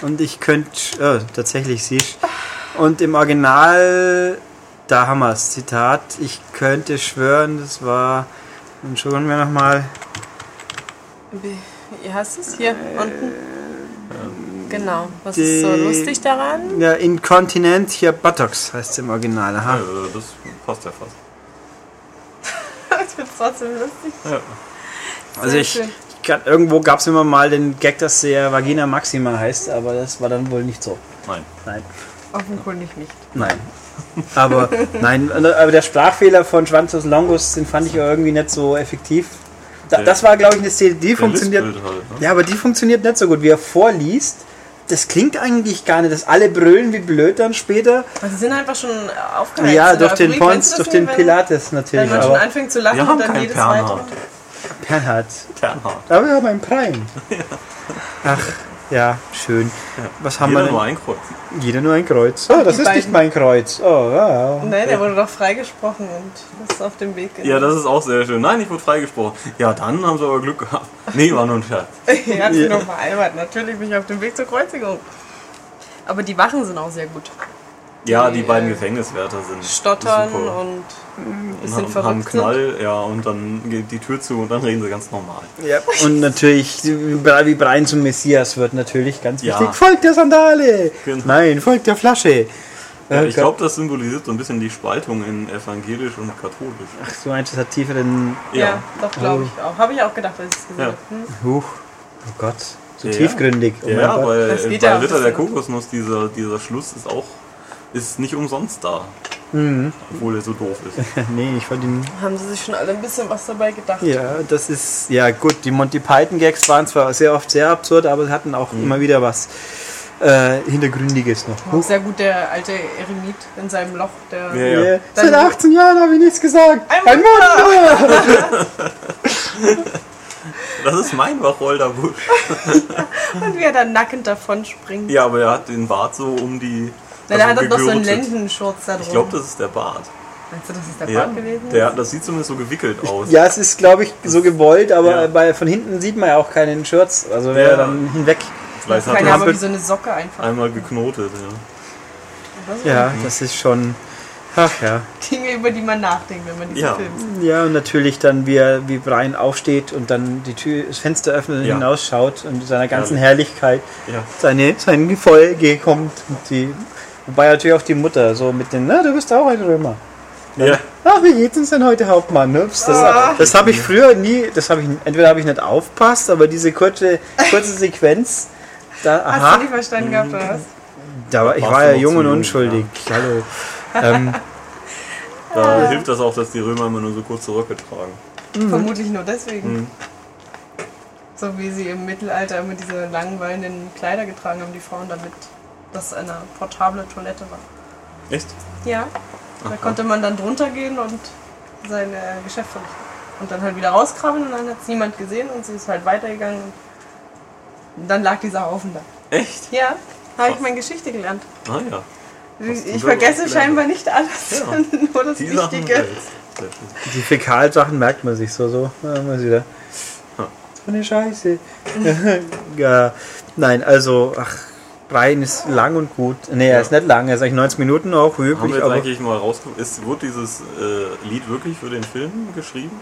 Speaker 1: Und ich könnte. Oh, tatsächlich, sie ist. Und im Original, da haben wir es. Zitat: Ich könnte schwören, das war. Dann schauen wir nochmal.
Speaker 3: Wie- Hier hast du es, hier unten. Genau, was ist so
Speaker 1: die-
Speaker 3: lustig daran?
Speaker 1: Ja, Inkontinent hier Buttocks heißt es im Original. Aha.
Speaker 2: Ja, Äh, das passt ja fast.
Speaker 3: Ich find's trotzdem lustig.
Speaker 2: Ja.
Speaker 1: Also ich,
Speaker 3: schön.
Speaker 1: ich kann, irgendwo gab es immer mal den Gag, dass der Vagina Maxima heißt, aber das war dann wohl nicht so.
Speaker 2: Nein.
Speaker 1: Nein,
Speaker 3: Offenkundig nicht.
Speaker 1: nein. Aber nein, ne, aber der Sprachfehler von Schwanzus Longus, den fand ich ja irgendwie nicht so effektiv. Da, das war, glaube ich, eine Szene, die
Speaker 2: Der
Speaker 1: funktioniert.
Speaker 2: lispelt Halt, ne?
Speaker 1: Ja, aber die funktioniert nicht so gut. Wie er vorliest, das klingt eigentlich gar nicht, dass alle brüllen wie blöd dann später.
Speaker 3: Also sie sind einfach schon aufgeheizt.
Speaker 1: Ja,
Speaker 3: in
Speaker 1: durch
Speaker 3: der
Speaker 1: den
Speaker 3: Fabrik.
Speaker 1: Pons,
Speaker 3: Kennst du
Speaker 1: durch
Speaker 3: das
Speaker 1: den
Speaker 3: nicht,
Speaker 1: Pilates
Speaker 3: Wenn,
Speaker 1: natürlich.
Speaker 3: wenn man schon
Speaker 1: Aber
Speaker 3: anfängt zu lachen
Speaker 2: Wir
Speaker 3: und
Speaker 2: haben
Speaker 3: dann
Speaker 2: keinen
Speaker 3: jedes
Speaker 2: Bernhard.
Speaker 3: weitere.
Speaker 1: Bernhard,
Speaker 2: Bernhard.
Speaker 1: Aber wir haben einen Prime. Ach, ja, schön. Was haben
Speaker 2: Jeder
Speaker 1: wir
Speaker 2: nur
Speaker 1: denn?
Speaker 2: ein Kreuz.
Speaker 1: Jeder nur ein Kreuz. Oh, das
Speaker 3: die
Speaker 1: ist nicht
Speaker 3: beiden.
Speaker 1: mein Kreuz. Oh, wow.
Speaker 3: Nein, er wurde doch freigesprochen und ist auf dem Weg. in-
Speaker 2: Ja, das ist auch sehr schön. Nein, ich wurde freigesprochen. Ja, dann haben sie aber Glück gehabt. Nee, war nur ein Scherz.
Speaker 3: er hat sich noch vereinbart. Natürlich bin ich auf dem Weg zur Kreuzigung. Aber die Wachen sind auch sehr gut.
Speaker 2: Ja,
Speaker 3: Die,
Speaker 2: die beiden
Speaker 3: äh,
Speaker 2: Gefängniswärter sind
Speaker 3: Stottern
Speaker 2: super. Mhm.
Speaker 3: und ein bisschen
Speaker 2: haben, haben
Speaker 3: verrückt ne? sind.
Speaker 2: Knall, ja, und dann geht die Tür zu und dann reden sie ganz normal.
Speaker 1: Ja. Und natürlich, wie Brian zum Messias wird natürlich ganz
Speaker 2: Ja.
Speaker 1: wichtig. Folgt der Sandale!
Speaker 2: Genau.
Speaker 1: Nein, folgt der Flasche!
Speaker 2: Ja,
Speaker 1: Äh,
Speaker 2: ich glaube, das symbolisiert so ein bisschen die Spaltung in evangelisch und katholisch.
Speaker 1: Ach, du meinst, es hat tieferen.
Speaker 3: Ja, doch, glaube ich auch. Habe ich auch gedacht, als ich es gesehen
Speaker 2: Mhm. Ja.
Speaker 3: habe. Hm?
Speaker 1: Huch. Oh Gott. So
Speaker 2: Ja.
Speaker 1: tiefgründig. Oh mein
Speaker 2: ja,
Speaker 1: Gott.
Speaker 2: bei,
Speaker 3: Das
Speaker 2: äh,
Speaker 3: geht
Speaker 2: bei
Speaker 3: ja auch
Speaker 2: Ritter der
Speaker 3: so.
Speaker 2: Kokosnuss, dieser, dieser Schluss ist auch ist nicht umsonst da.
Speaker 1: Mhm.
Speaker 2: Obwohl er so doof ist.
Speaker 1: nee, ich wollte ihn
Speaker 3: Haben sie sich schon alle ein bisschen was dabei gedacht?
Speaker 1: Ja, das ist, ja gut, die Monty Python-Gags waren zwar sehr oft sehr absurd, aber sie hatten auch immer wieder was äh, Hintergründiges noch.
Speaker 3: Auch sehr gut der alte Eremit in seinem Loch, der
Speaker 2: Ja, ja.
Speaker 1: Äh,
Speaker 3: Dann-
Speaker 1: Seit 18 Jahren habe ich nichts gesagt.
Speaker 3: Ein
Speaker 1: Ein Wunder!
Speaker 2: Das ist mein Wacholder Busch.
Speaker 3: Und wie er dann nackend davon springt.
Speaker 2: Ja, aber er hat den Bart so um die.
Speaker 3: Na, der
Speaker 2: also
Speaker 3: hat doch noch so einen
Speaker 2: gegürtet.
Speaker 3: Lendenschurz da drum.
Speaker 2: Ich glaube, das ist der Bart.
Speaker 3: Meinst du, das ist der
Speaker 2: Ja,
Speaker 3: Bart gewesen?
Speaker 2: der, das sieht zumindest so gewickelt aus.
Speaker 1: Ja, es ist, glaube ich, so gewollt, aber
Speaker 2: Ja.
Speaker 1: bei, von hinten sieht man ja auch keinen Shirts. Also wäre
Speaker 2: Ja.
Speaker 1: dann hinweg.
Speaker 2: Vielleicht hat
Speaker 3: Keine
Speaker 2: er
Speaker 3: Ahnung, wie so eine Socke einfach.
Speaker 2: einmal geknotet. Ja.
Speaker 3: Das ist-
Speaker 1: Ja, das ist schon. Ach ja.
Speaker 3: Dinge, über die man nachdenkt, wenn man diesen
Speaker 2: Ja.
Speaker 3: Film sieht.
Speaker 1: Ja, und natürlich dann, wie, er, wie Brian aufsteht und dann die Tür, das Fenster öffnet und
Speaker 2: Ja.
Speaker 1: hinausschaut und mit seiner ganzen
Speaker 2: Ja.
Speaker 1: Herrlichkeit
Speaker 2: Ja.
Speaker 1: seine, sein Gefolge kommt. Und die, wobei natürlich auch die Mutter so mit den, na, du bist auch ein Römer.
Speaker 2: ja.
Speaker 1: Ach, wie geht's uns denn heute, Hauptmann? Ups, das
Speaker 3: Ah.
Speaker 1: das habe ich früher nie, das habe ich, entweder habe ich nicht aufpasst, aber diese kurze, kurze Sequenz, da,
Speaker 3: Hast du
Speaker 1: aha,
Speaker 3: nicht verstanden gehabt, oder was?
Speaker 1: da war, ich
Speaker 2: Warst
Speaker 1: war
Speaker 2: du
Speaker 1: ja
Speaker 2: noch
Speaker 1: jung
Speaker 2: zu
Speaker 1: und
Speaker 2: jung,
Speaker 1: unschuldig. Hallo. Ähm,
Speaker 2: Da hilft das auch, dass die Römer immer nur so kurze Röcke tragen.
Speaker 3: Vermutlich nur deswegen.
Speaker 2: Mhm.
Speaker 3: So wie sie im Mittelalter immer diese langweilenden Kleider getragen haben, die Frauen, damit das eine portable Toilette war.
Speaker 2: Echt?
Speaker 3: Ja, da
Speaker 2: Aha.
Speaker 3: konnte man dann drunter gehen und sein äh, Geschäft verrichten. Und dann halt wieder rauskrabbeln und dann hat es niemand gesehen und sie ist halt weitergegangen. Und dann lag dieser Haufen da.
Speaker 2: Echt?
Speaker 3: Ja, habe ich
Speaker 2: Krass.
Speaker 3: meine Geschichte gelernt.
Speaker 2: Ah ja. Hast du
Speaker 3: Ich
Speaker 2: selber
Speaker 3: vergesse
Speaker 2: gelernt.
Speaker 3: scheinbar nicht alles,
Speaker 2: Ja.
Speaker 3: nur das
Speaker 2: Die Sachen halt.
Speaker 3: Wichtige.
Speaker 2: selbst. Sehr schön.
Speaker 1: die Fäkalsachen merkt man sich so, so, ja, mal wieder. So eine Scheiße. ja, nein, also, ach, Brian ist lang und gut. Nee, er
Speaker 2: Ja.
Speaker 1: ist nicht lang, er ist eigentlich 90 Minuten auch, wie
Speaker 2: Haben wir
Speaker 1: üblich,
Speaker 2: jetzt
Speaker 1: aber
Speaker 2: eigentlich mal rausgeguckt, ist, wurde dieses äh, Lied wirklich für den Film geschrieben?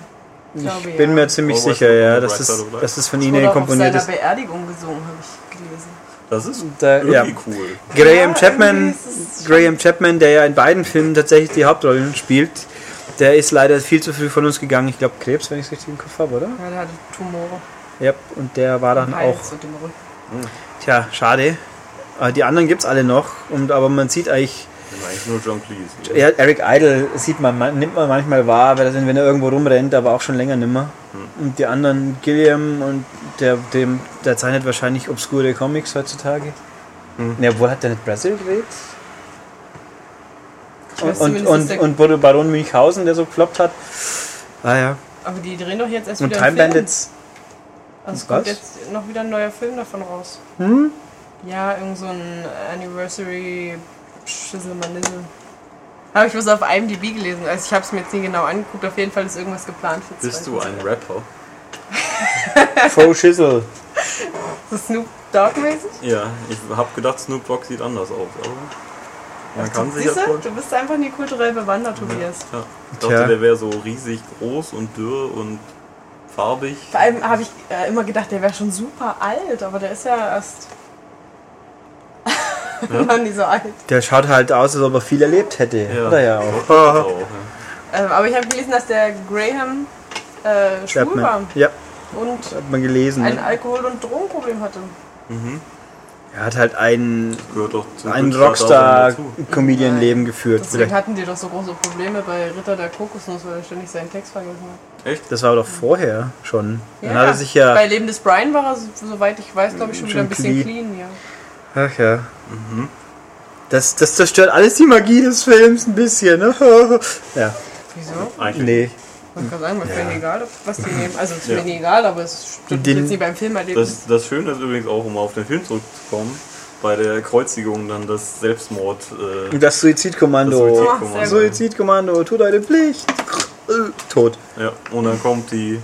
Speaker 3: glaube,
Speaker 1: ich bin
Speaker 3: ja.
Speaker 1: mir ziemlich
Speaker 2: Always
Speaker 1: sicher, ja,
Speaker 2: on the
Speaker 1: dass
Speaker 2: bright
Speaker 1: es,
Speaker 2: side of life.
Speaker 1: dass es von
Speaker 3: Das
Speaker 1: Ihnen
Speaker 3: wurde auch auf
Speaker 1: komponiert
Speaker 3: seiner
Speaker 1: ist.
Speaker 3: Beerdigung gesungen, habe ich gelesen.
Speaker 2: Das ist
Speaker 1: Da- ja.
Speaker 2: irgendwie cool.
Speaker 1: Graham
Speaker 3: Ja, irgendwie
Speaker 1: Chapman,
Speaker 3: ist es schon-
Speaker 1: Graham Chapman, der ja in beiden Filmen tatsächlich die Hauptrolle spielt, der ist leider viel zu früh von uns gegangen. Ich glaube Krebs, wenn ich es richtig im Kopf habe, oder?
Speaker 3: Ja, der hatte Tumore.
Speaker 1: Ja, und der war dann
Speaker 3: im
Speaker 1: auch.
Speaker 3: Hals und im Rücken.
Speaker 1: Tja, schade. Aber Die anderen gibt's alle noch, und, aber man sieht eigentlich,
Speaker 2: Wenn eigentlich nur John Cleese.
Speaker 1: ja, Eric Idle sieht man, man, nimmt man manchmal wahr, aber das sind, wenn er irgendwo rumrennt, aber auch schon länger nimmer. Und die anderen, Gilliam und der, dem, der zeichnet wahrscheinlich obskure Comics heutzutage.
Speaker 2: Mhm.
Speaker 1: Ja, obwohl hat der nicht Brazil gedreht?
Speaker 3: Ich weiß
Speaker 1: Und, und,
Speaker 3: zumindest, dass
Speaker 1: und,
Speaker 3: der-
Speaker 1: und Bodo Baron Münchhausen, der so gefloppt hat. Ah ja.
Speaker 3: Aber die drehen doch jetzt erst
Speaker 1: Und
Speaker 3: wieder
Speaker 1: Time
Speaker 3: einen Film.
Speaker 1: Bandits.
Speaker 3: Also es
Speaker 1: Was?
Speaker 3: kommt jetzt noch wieder ein neuer Film davon raus.
Speaker 1: Hm?
Speaker 3: Ja, irgend so ein Anniversary Schisselmanissel. Habe ich bloß auf IMDb gelesen. Also ich habe es mir jetzt nie genau angeguckt. Auf jeden Fall ist irgendwas geplant für
Speaker 2: Bist du
Speaker 3: 2020.
Speaker 2: ein Rapper?
Speaker 1: Faux Chisel.
Speaker 3: So Snoop Dogg-mäßig?
Speaker 2: Ja, ich hab gedacht, Snoop Dogg sieht anders aus, aber man kann sich
Speaker 3: Siehst
Speaker 2: das
Speaker 3: du?
Speaker 2: voll...
Speaker 3: Du bist einfach nie kulturell bewandert, Tobias.
Speaker 2: Ja. Ich dachte,
Speaker 1: Tja.
Speaker 2: der wäre so riesig groß und dürr und farbig.
Speaker 3: Vor allem habe ich äh, immer gedacht, der wäre schon super alt, aber der ist ja erst noch nie so alt.
Speaker 1: Der schaut halt aus, als ob er viel erlebt hätte.
Speaker 2: Ja. Oh.
Speaker 1: Oder ja
Speaker 2: Auch,
Speaker 1: auch.
Speaker 2: ja.
Speaker 3: Ähm, aber ich habe gelesen, dass der Graham äh, schwul war
Speaker 1: Chapman. Ja,
Speaker 3: und
Speaker 1: hat man gelesen.
Speaker 3: ein
Speaker 1: Ne?
Speaker 3: Alkohol- und Drogenproblem hatte.
Speaker 2: Mhm.
Speaker 1: Er hat halt ein,
Speaker 2: Gehört doch zum
Speaker 1: ein
Speaker 2: Glück 2000 dazu.
Speaker 1: Rockstar-Comedian-Leben geführt.
Speaker 3: Deswegen
Speaker 1: Vielleicht.
Speaker 3: hatten die doch so große Probleme bei Ritter der Kokosnuss, weil er ständig seinen Text vergessen hat.
Speaker 2: Echt?
Speaker 1: Das war doch vorher schon. Dann
Speaker 3: Ja,
Speaker 1: hat er sich ja.
Speaker 3: Bei Leben des Brian war er, so- soweit ich weiß, glaube ich, schon,
Speaker 1: Schon
Speaker 3: wieder ein bisschen
Speaker 1: clean.
Speaker 3: clean, ja.
Speaker 1: Ach ja. Mhm. Das, das zerstört alles die Magie des Films ein bisschen. Ne? Ja,
Speaker 3: Wieso?
Speaker 2: Eigentlich.
Speaker 1: nee.
Speaker 3: Man kann sagen, was ist mir egal, was die nehmen. Also, es ist
Speaker 2: Ja.
Speaker 3: mir nie egal, aber es stimmt
Speaker 1: Den-
Speaker 3: jetzt nie beim Filmerlebnis.
Speaker 2: Das, das Schöne ist übrigens auch, um auf den Film zurückzukommen, bei der Kreuzigung dann das Selbstmord. Äh,
Speaker 1: Und das Suizidkommando.
Speaker 2: Das
Speaker 3: Suizid-
Speaker 2: Suizidkommando.
Speaker 3: Ah, sehr
Speaker 1: Suizidkommando, tu deine Pflicht. Äh, Tot.
Speaker 2: ja. Und dann kommt die,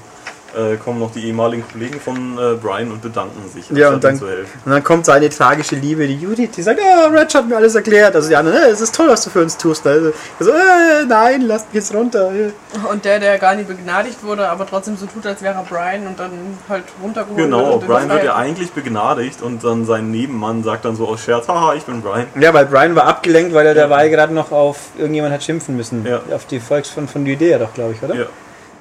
Speaker 2: äh, kommen noch die ehemaligen Kollegen von äh, Brian und bedanken sich,
Speaker 1: Ja,
Speaker 2: anstatt
Speaker 1: und dann-
Speaker 2: ihm zu helfen.
Speaker 1: Und dann kommt seine tragische Liebe, die Judith, die sagt, ah, Reg hat mir alles erklärt. Also die anderen, äh, es ist toll, was du für uns tust. Also, also äh, nein, lass mich jetzt runter. äh.
Speaker 3: Und der, der gar nicht begnadigt wurde, aber trotzdem so tut, als wäre er Brian und dann halt runtergeholt
Speaker 2: Genau,
Speaker 3: wird. und in
Speaker 2: Brian wird ja
Speaker 3: Freiheit-
Speaker 2: eigentlich begnadigt und dann sein Nebenmann sagt dann so aus Scherz, haha, ich bin Brian.
Speaker 1: Ja, weil Brian war abgelenkt, weil er dabei gerade noch auf irgendjemand hat schimpfen müssen.
Speaker 2: Ja.
Speaker 1: Auf die Volks von, von Judäa doch, glaube ich, oder?
Speaker 2: Ja.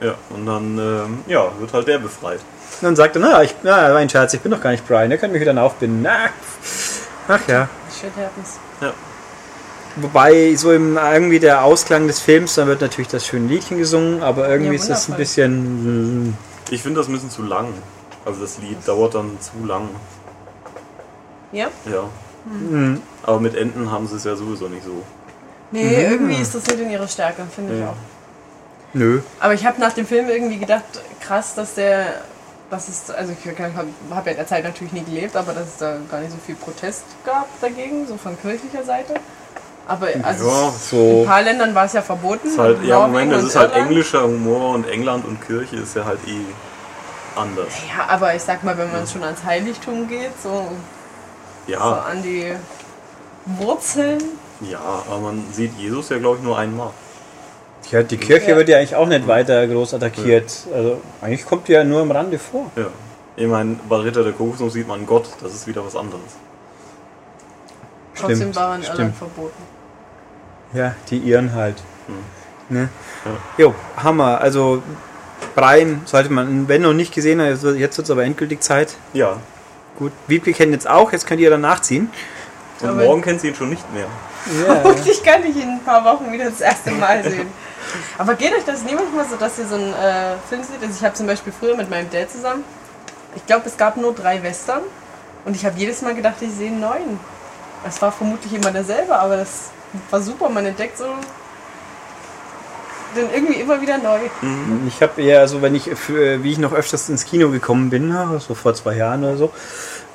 Speaker 2: Ja, und dann ähm, ja, wird halt der befreit.
Speaker 1: Und dann sagt er, na, ich, na, war ein Scherz, ich bin doch gar nicht Brian, der kann mich wieder aufbinden. Na, ach ja.
Speaker 3: Shit happens.
Speaker 2: Ja.
Speaker 1: Wobei so im irgendwie der Ausklang des Films, dann wird natürlich das schöne Liedchen gesungen, aber irgendwie
Speaker 3: Ja,
Speaker 1: ist es ein
Speaker 3: wundervoll.
Speaker 1: bisschen. mm,
Speaker 2: Ich finde das ein bisschen zu lang. Also das Lied dauert dann zu lang.
Speaker 3: Ja?
Speaker 2: Ja.
Speaker 1: Mhm.
Speaker 2: Aber mit Enten haben sie es ja sowieso nicht so.
Speaker 3: Nee,
Speaker 1: Mhm.
Speaker 3: irgendwie ist das nicht in ihrer Stärke, finde ich
Speaker 2: Ja.
Speaker 3: auch.
Speaker 1: Nö.
Speaker 3: Aber ich habe nach dem Film irgendwie gedacht, krass, dass der, dass es, also ich habe hab ja in der Zeit natürlich nie gelebt, aber dass es da gar nicht so viel Protest gab dagegen, so von kirchlicher Seite. Aber also
Speaker 2: ja,
Speaker 3: in ein
Speaker 1: So.
Speaker 3: paar Ländern war es ja verboten.
Speaker 2: Ist halt,
Speaker 3: in
Speaker 2: ja,
Speaker 3: Norwegen
Speaker 2: Moment, das
Speaker 3: und
Speaker 2: ist halt
Speaker 3: Irland.
Speaker 2: englischer Humor und England und Kirche ist ja halt eh anders.
Speaker 3: Ja, aber ich sag mal, wenn man schon ans Heiligtum geht, so, so
Speaker 2: Ja,
Speaker 3: an die Wurzeln.
Speaker 2: Ja, aber man sieht Jesus ja, glaube ich, nur einmal.
Speaker 1: Ja, die Kirche
Speaker 3: Ja.
Speaker 1: wird ja eigentlich auch nicht weiter groß attackiert. Also eigentlich kommt die ja nur am Rande vor.
Speaker 2: Ja. Ich meine, bei Ritter der Kokosnuss sieht man Gott, das ist wieder was anderes.
Speaker 3: Trotzdem
Speaker 1: Stimmt,
Speaker 3: war in Irland
Speaker 1: stimmt.
Speaker 3: verboten.
Speaker 1: Ja, die Iren halt.
Speaker 2: Hm.
Speaker 1: Ne? Jo, Hammer. Also Breim sollte man, wenn noch nicht gesehen, hat, jetzt wird es aber endgültig Zeit.
Speaker 2: Ja.
Speaker 1: Gut, Wiebke kennt jetzt auch, jetzt könnt ihr dann nachziehen.
Speaker 2: Und
Speaker 3: Aber-
Speaker 2: morgen kennt sie ihn schon nicht mehr.
Speaker 1: Ja.
Speaker 3: Hoffentlich kann ich in ein paar Wochen wieder das erste Mal sehen. Aber geht euch das niemand mal so, dass ihr so einen äh, Film seht? Also ich habe zum Beispiel früher mit meinem Dad zusammen, ich glaube, es gab nur drei Western und ich habe jedes Mal gedacht, ich sehe einen neuen. Es war vermutlich immer derselbe, aber das war super. Man entdeckt so dann irgendwie immer wieder neu.
Speaker 2: Mhm.
Speaker 1: Ich habe eher so, wenn ich, äh, wie ich noch öfters ins Kino gekommen bin, na, so vor zwei Jahren oder so,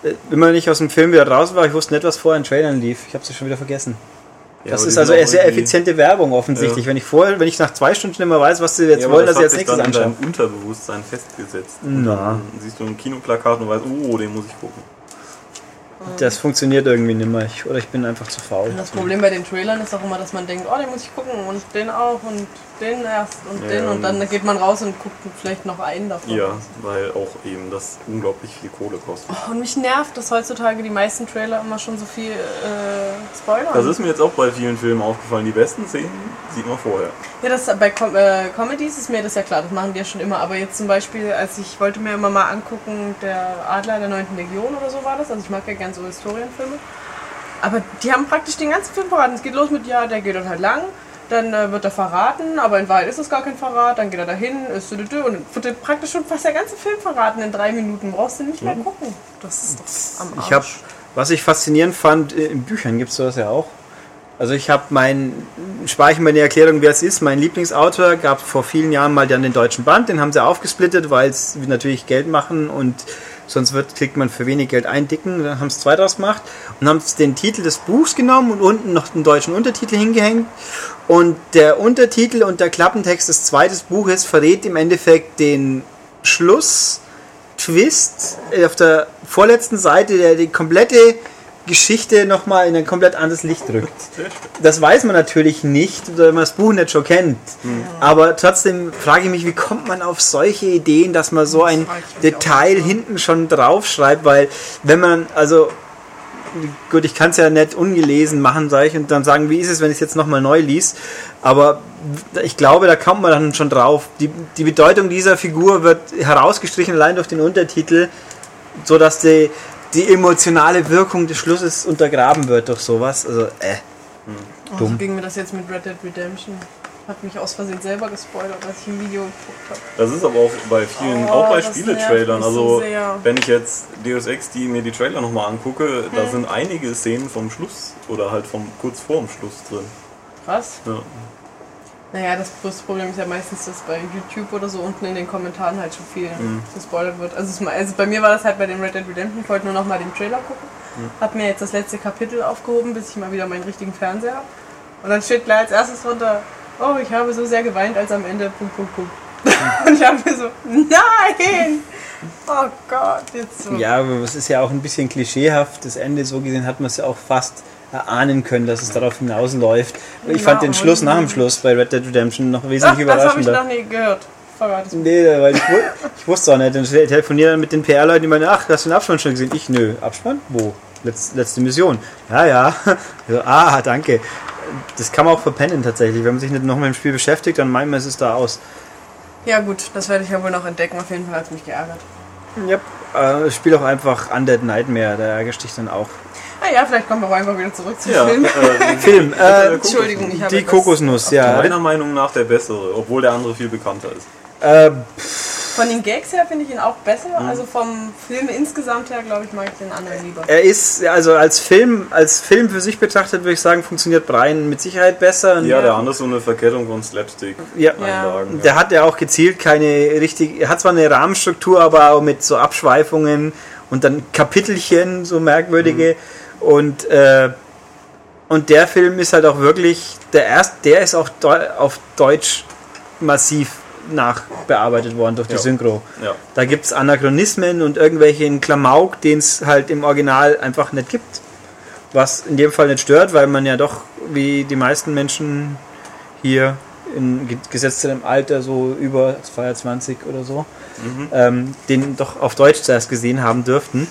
Speaker 1: äh, immer wenn ich aus dem Film wieder raus war, ich wusste nicht, was vorher in Trailern lief. Ich habe es schon wieder vergessen.
Speaker 2: Ja,
Speaker 1: Das
Speaker 2: aber die
Speaker 1: ist
Speaker 2: sind
Speaker 1: also
Speaker 2: auch
Speaker 1: sehr
Speaker 2: irgendwie-
Speaker 1: effiziente Werbung offensichtlich.
Speaker 2: Ja.
Speaker 1: Wenn ich vorher, wenn ich nach zwei Stunden immer weiß, was sie jetzt
Speaker 2: Ja, aber
Speaker 1: wollen, dass sie
Speaker 2: hat
Speaker 1: als
Speaker 2: sich
Speaker 1: nächstes
Speaker 2: dann in
Speaker 1: anschauen.
Speaker 2: deinem Unterbewusstsein festgesetzt.
Speaker 1: Na.
Speaker 2: Und dann siehst du ein Kinoplakat und weißt, oh, den muss ich gucken.
Speaker 1: Das funktioniert irgendwie nicht mehr. Ich, oder ich bin einfach zu faul.
Speaker 3: Und das Problem bei den Trailern ist auch immer, dass man denkt, oh, den muss ich gucken und den auch und den erst und
Speaker 2: Ja,
Speaker 3: den und
Speaker 2: und-
Speaker 3: dann geht man raus und guckt vielleicht noch einen davon.
Speaker 2: Ja, weil auch eben das unglaublich viel Kohle kostet.
Speaker 3: Und mich nervt, dass heutzutage die meisten Trailer immer schon so viel äh, spoilern.
Speaker 2: Das ist mir jetzt auch bei vielen Filmen aufgefallen. Die besten Szenen sieht man vorher.
Speaker 3: ja, das, bei Com äh, Comedies ist mir das ja klar, das machen die ja schon immer. Aber jetzt zum Beispiel, als ich wollte mir immer mal angucken, der Adler der 9. Legion oder so war das. Also ich mag ja gern so Historienfilme. Aber die haben praktisch den ganzen Film verraten. Es geht los mit, ja, der geht dann halt lang, dann äh, wird er verraten, aber in Wahrheit ist es gar kein Verrat, dann geht er dahin, ist dü- dü- dü, und dann wird dir praktisch schon fast der ganze Film verraten in drei Minuten. Brauchst du nicht mehr
Speaker 2: Mhm.
Speaker 3: gucken. Das ist doch am Arsch.
Speaker 1: Ich habe, was ich faszinierend fand, äh, in Büchern gibt es sowas ja auch. Also ich habe mein, spare ich meine Erklärung, wer es ist, mein Lieblingsautor gab vor vielen Jahren mal dann den deutschen Band, den haben sie aufgesplittet, weil es natürlich Geld machen und sonst wird, kriegt man für wenig Geld einen dicken, dann haben es zwei draus gemacht und haben den Titel des Buchs genommen und unten noch den deutschen Untertitel hingehängt und der Untertitel und der Klappentext des zweites Buches verrät im Endeffekt den Schluss Twist äh, auf der vorletzten Seite, der die komplette Geschichte nochmal in ein komplett anderes Licht rückt. Das weiß man natürlich nicht, weil man das Buch nicht schon kennt.
Speaker 3: Mhm.
Speaker 1: Aber trotzdem frage ich mich, wie kommt man auf solche Ideen, dass man so ein
Speaker 3: frage ich mich auch,
Speaker 1: Detail
Speaker 3: ja.
Speaker 1: hinten schon draufschreibt, weil wenn man, also gut, ich kann es ja nicht ungelesen machen, sage ich, und dann sagen, wie ist es, wenn ich es jetzt nochmal neu lies? Aber ich glaube, da kommt man dann schon drauf. Die, die Bedeutung dieser Figur wird herausgestrichen, allein durch den Untertitel, sodass die, die emotionale Wirkung des Schlusses untergraben wird durch sowas. Also, äh.
Speaker 3: Oh, so
Speaker 1: Dumm.
Speaker 3: ging mir das jetzt mit Red Dead Redemption. Hat mich aus Versehen selber gespoilert, als ich ein Video geguckt habe.
Speaker 2: Das ist aber auch bei vielen,
Speaker 3: Oh,
Speaker 2: auch bei
Speaker 3: das nervt
Speaker 2: Spieletrailern.
Speaker 3: mich so
Speaker 2: Also,
Speaker 3: sehr.
Speaker 2: wenn ich jetzt Deus Ex, die mir die Trailer nochmal angucke, da sind einige Szenen vom Schluss oder halt vom kurz vorm Schluss drin.
Speaker 3: Krass.
Speaker 2: Ja.
Speaker 3: Naja, das größte Problem ist ja meistens, dass bei YouTube oder so unten in den Kommentaren halt schon viel
Speaker 1: Mhm.
Speaker 3: gespoilert wird. Also, es, also bei mir war das halt bei dem Red Dead Redemption. Ich wollte nur noch mal den Trailer gucken.
Speaker 1: Mhm.
Speaker 3: Hab mir jetzt das letzte Kapitel aufgehoben, bis ich mal wieder meinen richtigen Fernseher habe. Und dann steht gleich als erstes runter, oh, ich habe so sehr geweint, als am Ende Punkt, Punkt, Punkt. Und ich habe mir so, nein! Oh Gott, jetzt so.
Speaker 1: Ja, aber es ist ja auch ein bisschen klischeehaft. Das Ende, so gesehen, hat man es ja auch fast erahnen können, dass es darauf hinausläuft. Ich
Speaker 3: Ja,
Speaker 1: fand den
Speaker 3: und-
Speaker 1: Schluss nach dem Schluss bei Red Dead Redemption noch
Speaker 3: Ach,
Speaker 1: wesentlich
Speaker 3: das habe ich
Speaker 1: überraschender.
Speaker 3: noch nie gehört. Verrat es mir.
Speaker 1: Nee, weil ich, wu- ich wusste auch nicht. Dann telefoniere dann mit den PR-Leuten, die meinen, ach, hast du den Abspann schon gesehen? Ich, nö. Abspann? Wo? Letz, letzte Mission. Ja, ja. So, ah, danke. Das kann man auch verpennen tatsächlich. Wenn man sich nicht noch mit dem Spiel beschäftigt, dann meint man, es ist da aus.
Speaker 3: Ja gut, das werde ich ja wohl noch entdecken. Auf jeden Fall hat es mich geärgert.
Speaker 1: Yep. Äh, spiel auch einfach Undead Nightmare, da ärgerst dich dann auch.
Speaker 3: Naja, Ah vielleicht kommen wir auch einfach wieder zurück zum
Speaker 2: Ja,
Speaker 3: Film.
Speaker 2: äh,
Speaker 1: Film, äh,
Speaker 3: Entschuldigung, ich habe
Speaker 1: die
Speaker 3: etwas-
Speaker 1: Kokosnuss, ja.
Speaker 2: meiner Meinung nach der bessere, obwohl der andere viel bekannter ist.
Speaker 1: Äh,
Speaker 3: Von den Gags her finde ich ihn auch besser. Also vom Film insgesamt her, glaube ich, mag ich den anderen lieber.
Speaker 1: er ist, also als Film, als Film für sich betrachtet, würde ich sagen, funktioniert Brian mit Sicherheit besser.
Speaker 2: Ja, der andere ist so eine Verkettung von Slapstick-Einlagen.
Speaker 1: Ja.
Speaker 2: Ja.
Speaker 1: Der hat ja auch gezielt keine richtig, er hat zwar eine Rahmenstruktur, aber auch mit so Abschweifungen und dann Kapitelchen, so merkwürdige.
Speaker 2: Mhm.
Speaker 1: Und, äh, und der Film ist halt auch wirklich, der erst, der ist auch deu auf Deutsch massiv nachbearbeitet worden durch die
Speaker 2: Ja.
Speaker 1: Synchro.
Speaker 2: ja.
Speaker 1: Da gibt es Anachronismen und irgendwelchen Klamauk, den es halt im Original einfach nicht gibt. Was in dem Fall nicht stört, weil man ja doch, wie die meisten Menschen hier in ge- gesetztem Alter, so über 22 oder so, ähm, den doch auf Deutsch zuerst gesehen haben dürften.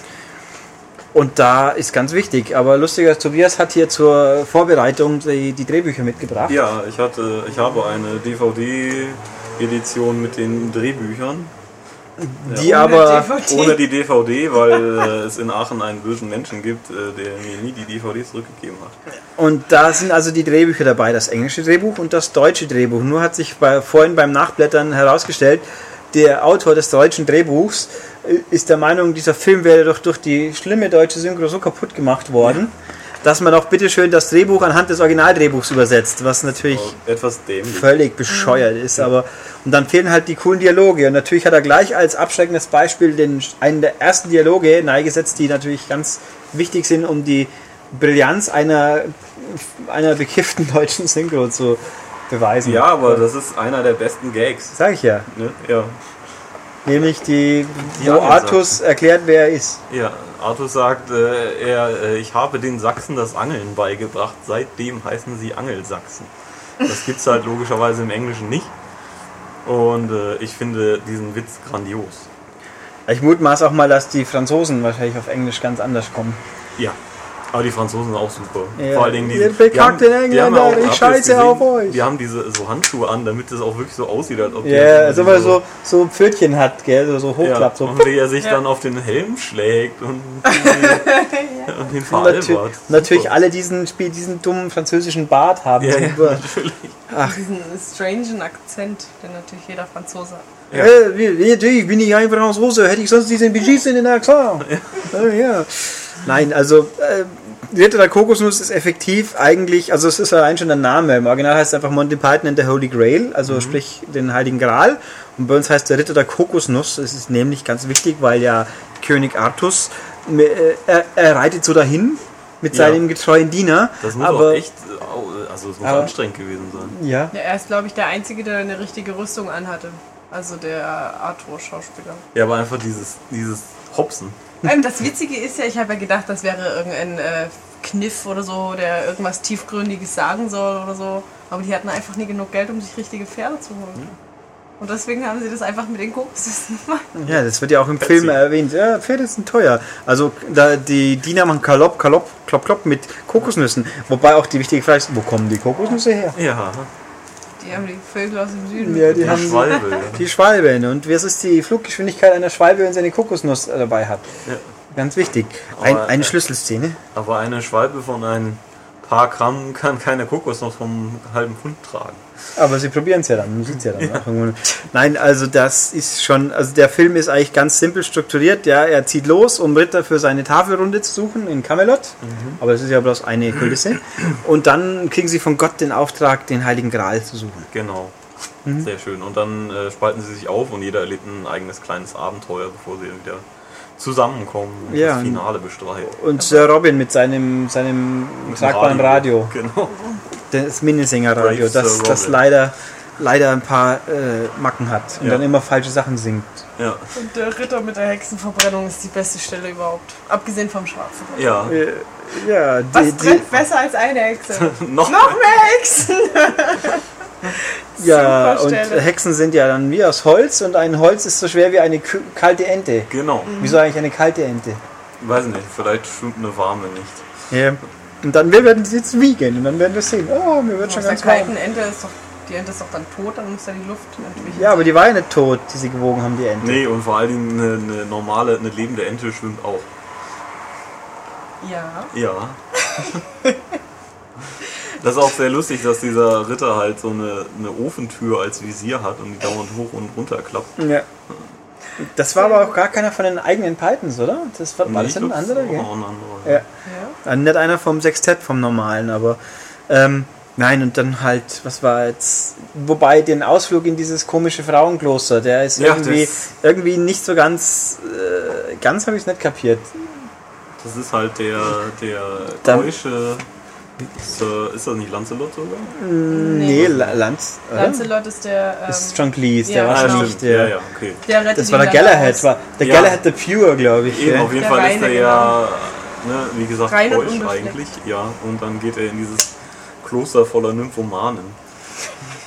Speaker 1: Und da ist ganz wichtig. Aber lustiger, Tobias hat hier zur Vorbereitung die, die Drehbücher mitgebracht.
Speaker 2: Ja, ich hatte, ich habe eine DVD-Edition mit den Drehbüchern.
Speaker 1: Die
Speaker 2: Ja.
Speaker 1: aber.
Speaker 3: DVD.
Speaker 2: Ohne die DVD, weil äh, es in Aachen einen bösen Menschen gibt, äh, der mir nie die DVD zurückgegeben hat.
Speaker 1: Und da sind also die Drehbücher dabei, das englische Drehbuch und das deutsche Drehbuch. Nur hat sich bei, vorhin beim Nachblättern herausgestellt, der Autor des deutschen Drehbuchs äh, ist der Meinung, dieser Film wäre doch durch die schlimme deutsche Synchro so kaputt gemacht worden, dass man auch bitteschön das Drehbuch anhand des Originaldrehbuchs übersetzt, was natürlich
Speaker 2: Etwas dämlich.
Speaker 1: völlig bescheuert ist, aber und dann fehlen halt die coolen Dialoge und natürlich hat er gleich als abschreckendes Beispiel den einen der ersten Dialoge neigesetzt, die natürlich ganz wichtig sind, um die Brillanz einer einer bekifften deutschen Synchro zu beweisen.
Speaker 2: Ja, aber das ist einer der besten Gags.
Speaker 1: sag ich ja,
Speaker 2: Ne? Ja.
Speaker 1: nämlich die,
Speaker 2: Die
Speaker 1: wo
Speaker 2: Angelsachen.
Speaker 1: Artus erklärt, wer er ist.
Speaker 2: ja, Arthur sagt, äh, er, äh, ich habe den Sachsen das Angeln beigebracht, seitdem heißen sie Angelsachsen. Das gibt's halt logischerweise im Englischen nicht. Und äh, ich finde diesen Witz grandios.
Speaker 1: Ich mutmaß auch mal, dass die Franzosen wahrscheinlich auf Englisch ganz anders kommen.
Speaker 2: Ja. Aber die Franzosen sind auch super.
Speaker 1: Ja.
Speaker 2: Vor allen Dingen die,
Speaker 1: Ihr bekackten Engländer,
Speaker 2: auch-
Speaker 1: ich
Speaker 2: habt ihr
Speaker 1: scheiße
Speaker 2: es gesehen?
Speaker 1: auf euch.
Speaker 2: Die haben diese so Handschuhe an, damit es auch wirklich so aussieht, als ob die-
Speaker 1: Ja, also weil er so so Pfötchen hat, gell, so, so
Speaker 2: ja,
Speaker 1: hochklappt, so
Speaker 2: und wie er sich
Speaker 3: Ja.
Speaker 2: dann auf den Helm schlägt und, und ihn veralbert.
Speaker 1: Natür natürlich
Speaker 2: Super.
Speaker 1: alle diesen, Spiel, diesen dummen französischen Bart haben.
Speaker 2: Ja, ja,
Speaker 1: Super.
Speaker 3: Diesen strangen Akzent, den natürlich jeder Franzose hat.
Speaker 2: Ja.
Speaker 1: Äh, wie- wie- natürlich bin ich ein Franzose, hätte ich sonst diesen Budget in den Akzent. Äh, ja. Nein, also äh, Ritter der Kokosnuss ist effektiv eigentlich, also es ist allein schon der Name. Im Original heißt es einfach Monty Python and the Holy Grail,
Speaker 2: Mhm.
Speaker 1: also sprich den Heiligen Gral. Und bei uns heißt der Ritter der Kokosnuss, es ist nämlich ganz wichtig, weil ja König Artus, äh, er, er reitet so dahin mit
Speaker 2: Ja.
Speaker 1: seinem getreuen Diener.
Speaker 2: Das muss
Speaker 1: aber,
Speaker 2: auch echt, äh, au- also es muss
Speaker 1: Aber-
Speaker 2: anstrengend gewesen sein.
Speaker 1: Ja.
Speaker 3: Ja, er ist, glaube ich, der Einzige, der eine richtige Rüstung anhatte. Also der Arthur-Schauspieler.
Speaker 2: Ja, aber einfach dieses, dieses Hopsen.
Speaker 3: Ähm, das Witzige ist ja, ich habe ja gedacht, das wäre irgendein äh, Kniff oder so, der irgendwas Tiefgründiges sagen soll oder so. Aber die hatten einfach nie genug Geld, um sich richtige Pferde zu holen. Und deswegen haben sie das einfach mit den Kokosnüssen gemacht.
Speaker 1: Ja, das wird ja auch im
Speaker 2: Pepsi.
Speaker 1: Film erwähnt. Ja, Pferde sind teuer. Also da die Diener machen Kalopp, Kalopp, Klopp, Klopp mit Kokosnüssen. Wobei auch die wichtige Frage ist, wo kommen die Kokosnüsse her?
Speaker 2: Ja,
Speaker 3: Die haben die Vögel aus dem Süden.
Speaker 1: Ja, die
Speaker 2: die
Speaker 1: haben
Speaker 2: Schwalbe. ja.
Speaker 1: die Schwalben. Und was ist die Fluggeschwindigkeit einer Schwalbe, wenn sie eine Kokosnuss äh, dabei hat?
Speaker 2: Ja.
Speaker 1: Ganz wichtig. Ein,
Speaker 2: Aber,
Speaker 1: eine
Speaker 2: äh,
Speaker 1: Schlüsselszene.
Speaker 2: Aber eine Schwalbe von ein paar Gramm kann keine Kokosnuss vom halben Pfund tragen.
Speaker 1: Aber sie probieren es ja dann, man sieht es ja dann. auch irgendwann. Nein, also das ist schon, also der Film ist eigentlich ganz simpel strukturiert. Ja, er zieht los, um Ritter für seine Tafelrunde zu suchen in Camelot. Aber es ist ja bloß eine Kulisse. Und dann kriegen sie von Gott den Auftrag, den Heiligen Gral zu suchen.
Speaker 2: Genau.
Speaker 1: Mhm.
Speaker 2: Sehr schön. Und dann äh, spalten sie sich auf und jeder erlebt ein eigenes kleines Abenteuer, bevor sie wieder zusammenkommen und
Speaker 1: Ja.
Speaker 2: das Finale bestreiten.
Speaker 1: Und Sir Robin mit seinem, seinem
Speaker 2: Mit dem
Speaker 1: tragbaren Radio,
Speaker 2: Genau.
Speaker 1: das Minnesänger-Radio,
Speaker 2: Brave
Speaker 1: das,
Speaker 2: Sir
Speaker 1: das
Speaker 2: Robin.
Speaker 1: leider, leider ein paar äh, Macken hat und
Speaker 2: Ja.
Speaker 1: dann immer falsche Sachen singt.
Speaker 2: Ja.
Speaker 3: Und der Ritter mit der Hexenverbrennung ist die beste Stelle überhaupt. Abgesehen vom Schwarzen.
Speaker 2: Ja.
Speaker 1: Äh, ja, die,
Speaker 3: Was
Speaker 1: die,
Speaker 3: brennt besser als eine Hexe?
Speaker 2: Noch
Speaker 3: Noch mehr Hexen!
Speaker 1: Ja,
Speaker 3: Super
Speaker 1: und
Speaker 3: Stelle.
Speaker 1: Hexen sind ja dann wie aus Holz und ein Holz ist so schwer wie eine kü- kalte Ente.
Speaker 2: Genau.
Speaker 1: Wieso eigentlich eine kalte Ente?
Speaker 2: Weiß nicht, vielleicht schwimmt eine warme nicht.
Speaker 1: Ja. Und dann wir werden es jetzt wiegen und dann werden wir sehen. Oh, mir wird schon
Speaker 3: Aus der
Speaker 1: ganz warm.
Speaker 3: kalten Ente ist doch, die Ente ist doch dann tot, dann muss ja die Luft natürlich.
Speaker 1: Ja, aber die war ja nicht tot, die sie gewogen haben, die Ente.
Speaker 2: Nee, und vor allen Dingen eine, eine normale, eine lebende Ente schwimmt auch.
Speaker 3: Ja.
Speaker 2: Ja. Das ist auch sehr lustig, dass dieser Ritter halt so eine, eine Ofentür als Visier hat und die dauernd hoch und runter klappt.
Speaker 1: Ja. Das war aber auch gar keiner von den eigenen Pythons, oder? Das war, war
Speaker 2: Nee,
Speaker 1: das
Speaker 2: ich
Speaker 1: ein
Speaker 2: glaub, das
Speaker 1: anderer,
Speaker 2: ist auch
Speaker 1: gell?
Speaker 2: noch ein anderer.
Speaker 1: Ja.
Speaker 3: ja.
Speaker 1: Ah, Nicht einer vom Sextett, vom normalen, aber ähm, nein, und dann halt, was war jetzt, wobei den Ausflug in dieses komische Frauenkloster, der ist
Speaker 2: Ja,
Speaker 1: irgendwie,
Speaker 2: das-
Speaker 1: irgendwie nicht so ganz, äh, ganz habe ich es nicht kapiert.
Speaker 2: Das ist halt der, der
Speaker 1: Dann-
Speaker 2: keusche. Sir- Ist das nicht Lancelot sogar?
Speaker 1: Nee, La- Lanz, oder?
Speaker 3: Lancelot ist der. Ähm,
Speaker 1: das ist John Cleese, der
Speaker 3: ja,
Speaker 1: war schon
Speaker 3: genau.
Speaker 2: Ah, stimmt.
Speaker 1: nicht der.
Speaker 2: ja, ja, okay.
Speaker 3: der rettet
Speaker 1: Das war
Speaker 3: ihn
Speaker 1: der
Speaker 3: dann
Speaker 1: Galahad,
Speaker 3: aus.
Speaker 1: war der
Speaker 2: Ja.
Speaker 1: Galahad the Pure, glaube ich.
Speaker 2: Eben,
Speaker 1: gell?
Speaker 2: auf jeden
Speaker 3: Der
Speaker 2: Fall
Speaker 3: Reine, genau.
Speaker 2: ist er ja ne, wie gesagt,
Speaker 3: Rein und
Speaker 2: keusch
Speaker 3: unbefleckt.
Speaker 2: eigentlich, ja. Und dann geht er in dieses Kloster voller Nymphomanen.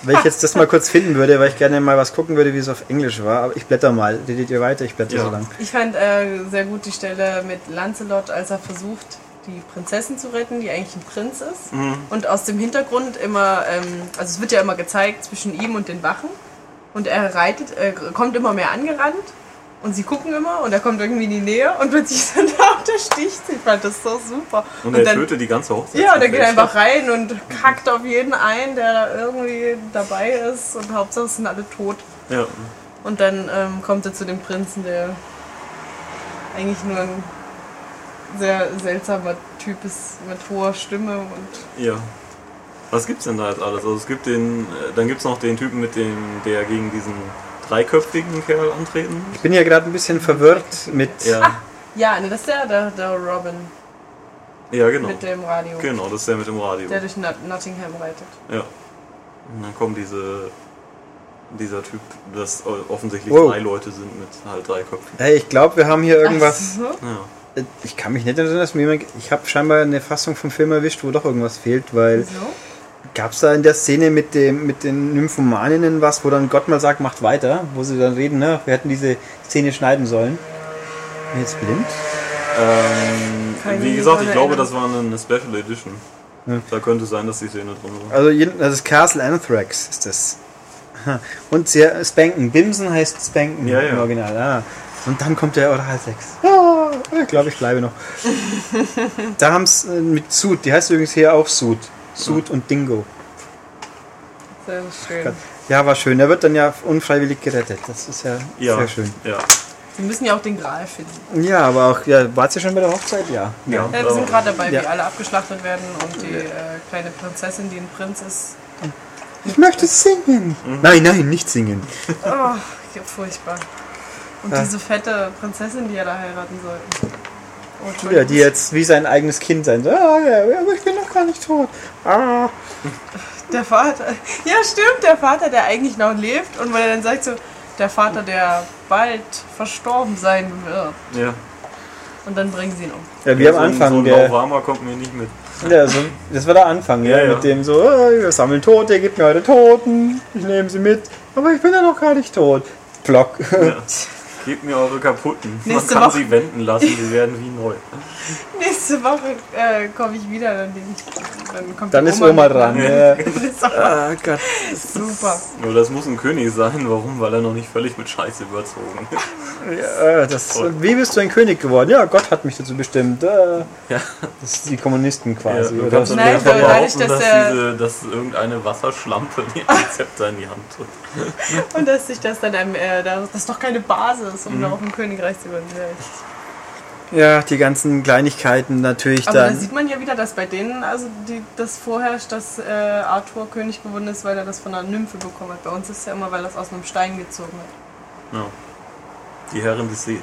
Speaker 1: Wenn ich jetzt das mal kurz finden würde, weil ich gerne mal was gucken würde, wie es auf Englisch war. Aber ich blätter mal. Redet ihr weiter? Ich blätter
Speaker 2: Ja.
Speaker 1: so lang.
Speaker 3: Ich fand äh, sehr gut die Stelle mit Lancelot, als er versucht, die Prinzessin zu retten, die eigentlich ein Prinz ist.
Speaker 2: Mhm.
Speaker 3: Und aus dem Hintergrund immer, ähm, also es wird ja immer gezeigt zwischen ihm und den Wachen. Und er reitet, äh, kommt immer mehr angerannt. Und sie gucken immer und er kommt irgendwie in die Nähe und plötzlich ist er da und er sticht sie. Ich fand das so super.
Speaker 2: Und, er tötet die ganze Hochzeit.
Speaker 3: Ja, und er geht einfach rein und kackt auf jeden ein, der da irgendwie dabei ist. Und Hauptsache es sind alle tot.
Speaker 2: Ja.
Speaker 3: Und dann ähm, kommt er zu dem Prinzen, der eigentlich nur ein sehr seltsamer Typ ist mit hoher Stimme und
Speaker 2: ja. Was gibt's denn da jetzt alles? Also es gibt den, äh, dann gibt's noch den Typen mit dem, der gegen diesen dreiköpfigen Kerl antreten.
Speaker 1: Ich bin ja gerade ein bisschen verwirrt mit.
Speaker 3: Ah.
Speaker 2: Ja,
Speaker 3: ja, ne, das ist der, der, der Robin
Speaker 2: ja genau.
Speaker 3: mit dem Radio,
Speaker 2: Genau, das ist der mit dem Radio.
Speaker 3: der durch Not Nottingham reitet.
Speaker 2: Ja. Und dann kommen diese. Dieser Typ, das offensichtlich
Speaker 1: Wow.
Speaker 2: drei Leute sind mit halt drei Köpfen.
Speaker 1: Hey, ich glaube, wir haben hier irgendwas.
Speaker 3: Ach so.
Speaker 2: Ja.
Speaker 1: Äh, Ich kann mich nicht erinnern, dass mir jemand. Ich habe scheinbar eine Fassung vom Film erwischt, wo doch irgendwas fehlt, weil.
Speaker 3: Wieso?
Speaker 1: Gab es da in der Szene mit, dem, mit den Nymphomaninnen was, wo dann Gott mal sagt, macht weiter, wo sie dann reden, ne? wir hätten diese Szene schneiden sollen? Bin ich jetzt blind?
Speaker 2: Ähm,
Speaker 3: Kann ich
Speaker 2: wie
Speaker 3: mich
Speaker 2: gesagt,
Speaker 3: nicht
Speaker 2: ich
Speaker 3: dran
Speaker 2: glaube,
Speaker 3: erinnern.
Speaker 2: das war eine- eine Special Edition. Da könnte sein, dass die Szene drin war.
Speaker 1: Also, jeden- das ist Castle Anthrax, ist das. Und sehr Spanken. Bimsen heißt Spanken
Speaker 2: Ja, ja.
Speaker 1: im Original. Ah. Und dann kommt der Oralsex. Ah, ich glaube, ich bleibe noch. da haben es mit Sud, die heißt übrigens hier auch Sud. Sud und Dingo.
Speaker 3: Sehr schön.
Speaker 1: Ja, war schön. Der wird dann ja unfreiwillig gerettet. Das ist ja,
Speaker 2: Ja,
Speaker 1: sehr schön.
Speaker 2: Ja.
Speaker 3: Sie müssen ja auch den Gral finden.
Speaker 1: Ja, aber auch, ja, wart ihr schon bei der Hochzeit? Ja.
Speaker 2: Ja. genau.
Speaker 3: Ja, Äh, wir sind gerade dabei,
Speaker 1: Ja.
Speaker 3: wie alle abgeschlachtet werden und die äh, kleine Prinzessin, die ein Prinz ist.
Speaker 1: Ich möchte singen. Nein, nein, nicht singen.
Speaker 3: Oh, ja, furchtbar. Und
Speaker 1: Ja.
Speaker 3: diese fette Prinzessin, die er da heiraten sollte. Oh,
Speaker 1: Ja,
Speaker 3: Entschuldigung.
Speaker 1: die jetzt wie sein eigenes Kind sein soll. Ah, ja, aber ich bin noch gar nicht tot. Ah.
Speaker 3: Der Vater. Ja, stimmt, der Vater, der eigentlich noch lebt. Und weil er dann sagt so, der Vater, der bald verstorben sein wird.
Speaker 2: ja.
Speaker 3: Und dann bringen sie ihn um.
Speaker 1: Ja, wie am
Speaker 2: so ein- So
Speaker 1: Anfang.
Speaker 2: ein
Speaker 1: der,
Speaker 2: Lauwarmer kommt mir nicht mit.
Speaker 1: ja, so, das war der Anfang, ja,
Speaker 2: Ja, ja.
Speaker 1: mit dem so, ah, wir sammeln Tote, gebt mir eure Toten, ich nehme sie mit, aber ich bin ja noch gar nicht tot. Block.
Speaker 2: Ja. Gebt mir eure kaputten. Man
Speaker 3: Nächste
Speaker 2: kann
Speaker 3: Woche.
Speaker 2: sie wenden lassen, die werden wie neu.
Speaker 3: Nächste Woche äh, komme ich wieder. Dann, den, dann kommt
Speaker 1: Dann
Speaker 3: die
Speaker 1: ist Oma
Speaker 3: mit.
Speaker 1: dran. Ja.
Speaker 3: Das ist auch
Speaker 1: Oh Ah, Gott.
Speaker 3: super.
Speaker 2: Nur das muss ein König sein. Warum? Weil er noch nicht völlig mit Scheiße überzogen ist.
Speaker 1: Ja, äh, das, wie bist du ein König geworden? Ja, Gott hat mich dazu bestimmt. Äh,
Speaker 2: Ja.
Speaker 1: Das sind die Kommunisten
Speaker 2: Ja,
Speaker 1: quasi.
Speaker 2: du
Speaker 1: oder?
Speaker 2: kannst doch
Speaker 3: Nein,
Speaker 2: nicht
Speaker 3: weil dadurch,
Speaker 2: behaupten, dass,
Speaker 3: dass der-
Speaker 2: diese, dass irgendeine Wasserschlampe die Rezept in die Hand drückt.
Speaker 3: Und dass sich das dann einem, äh, das ist doch keine Basis,
Speaker 1: Mhm.
Speaker 3: um da auf dem Königreich zu übernehmen.
Speaker 1: Ja, die ganzen Kleinigkeiten natürlich
Speaker 3: Aber da
Speaker 1: dann.
Speaker 3: sieht man ja wieder, dass bei denen also die, das vorherrscht, dass äh, Arthur König geworden ist, weil er das von einer Nymphe bekommen hat. Bei uns ist ja immer, weil er es aus einem Stein gezogen hat.
Speaker 2: Ja. Die Herren des Sees.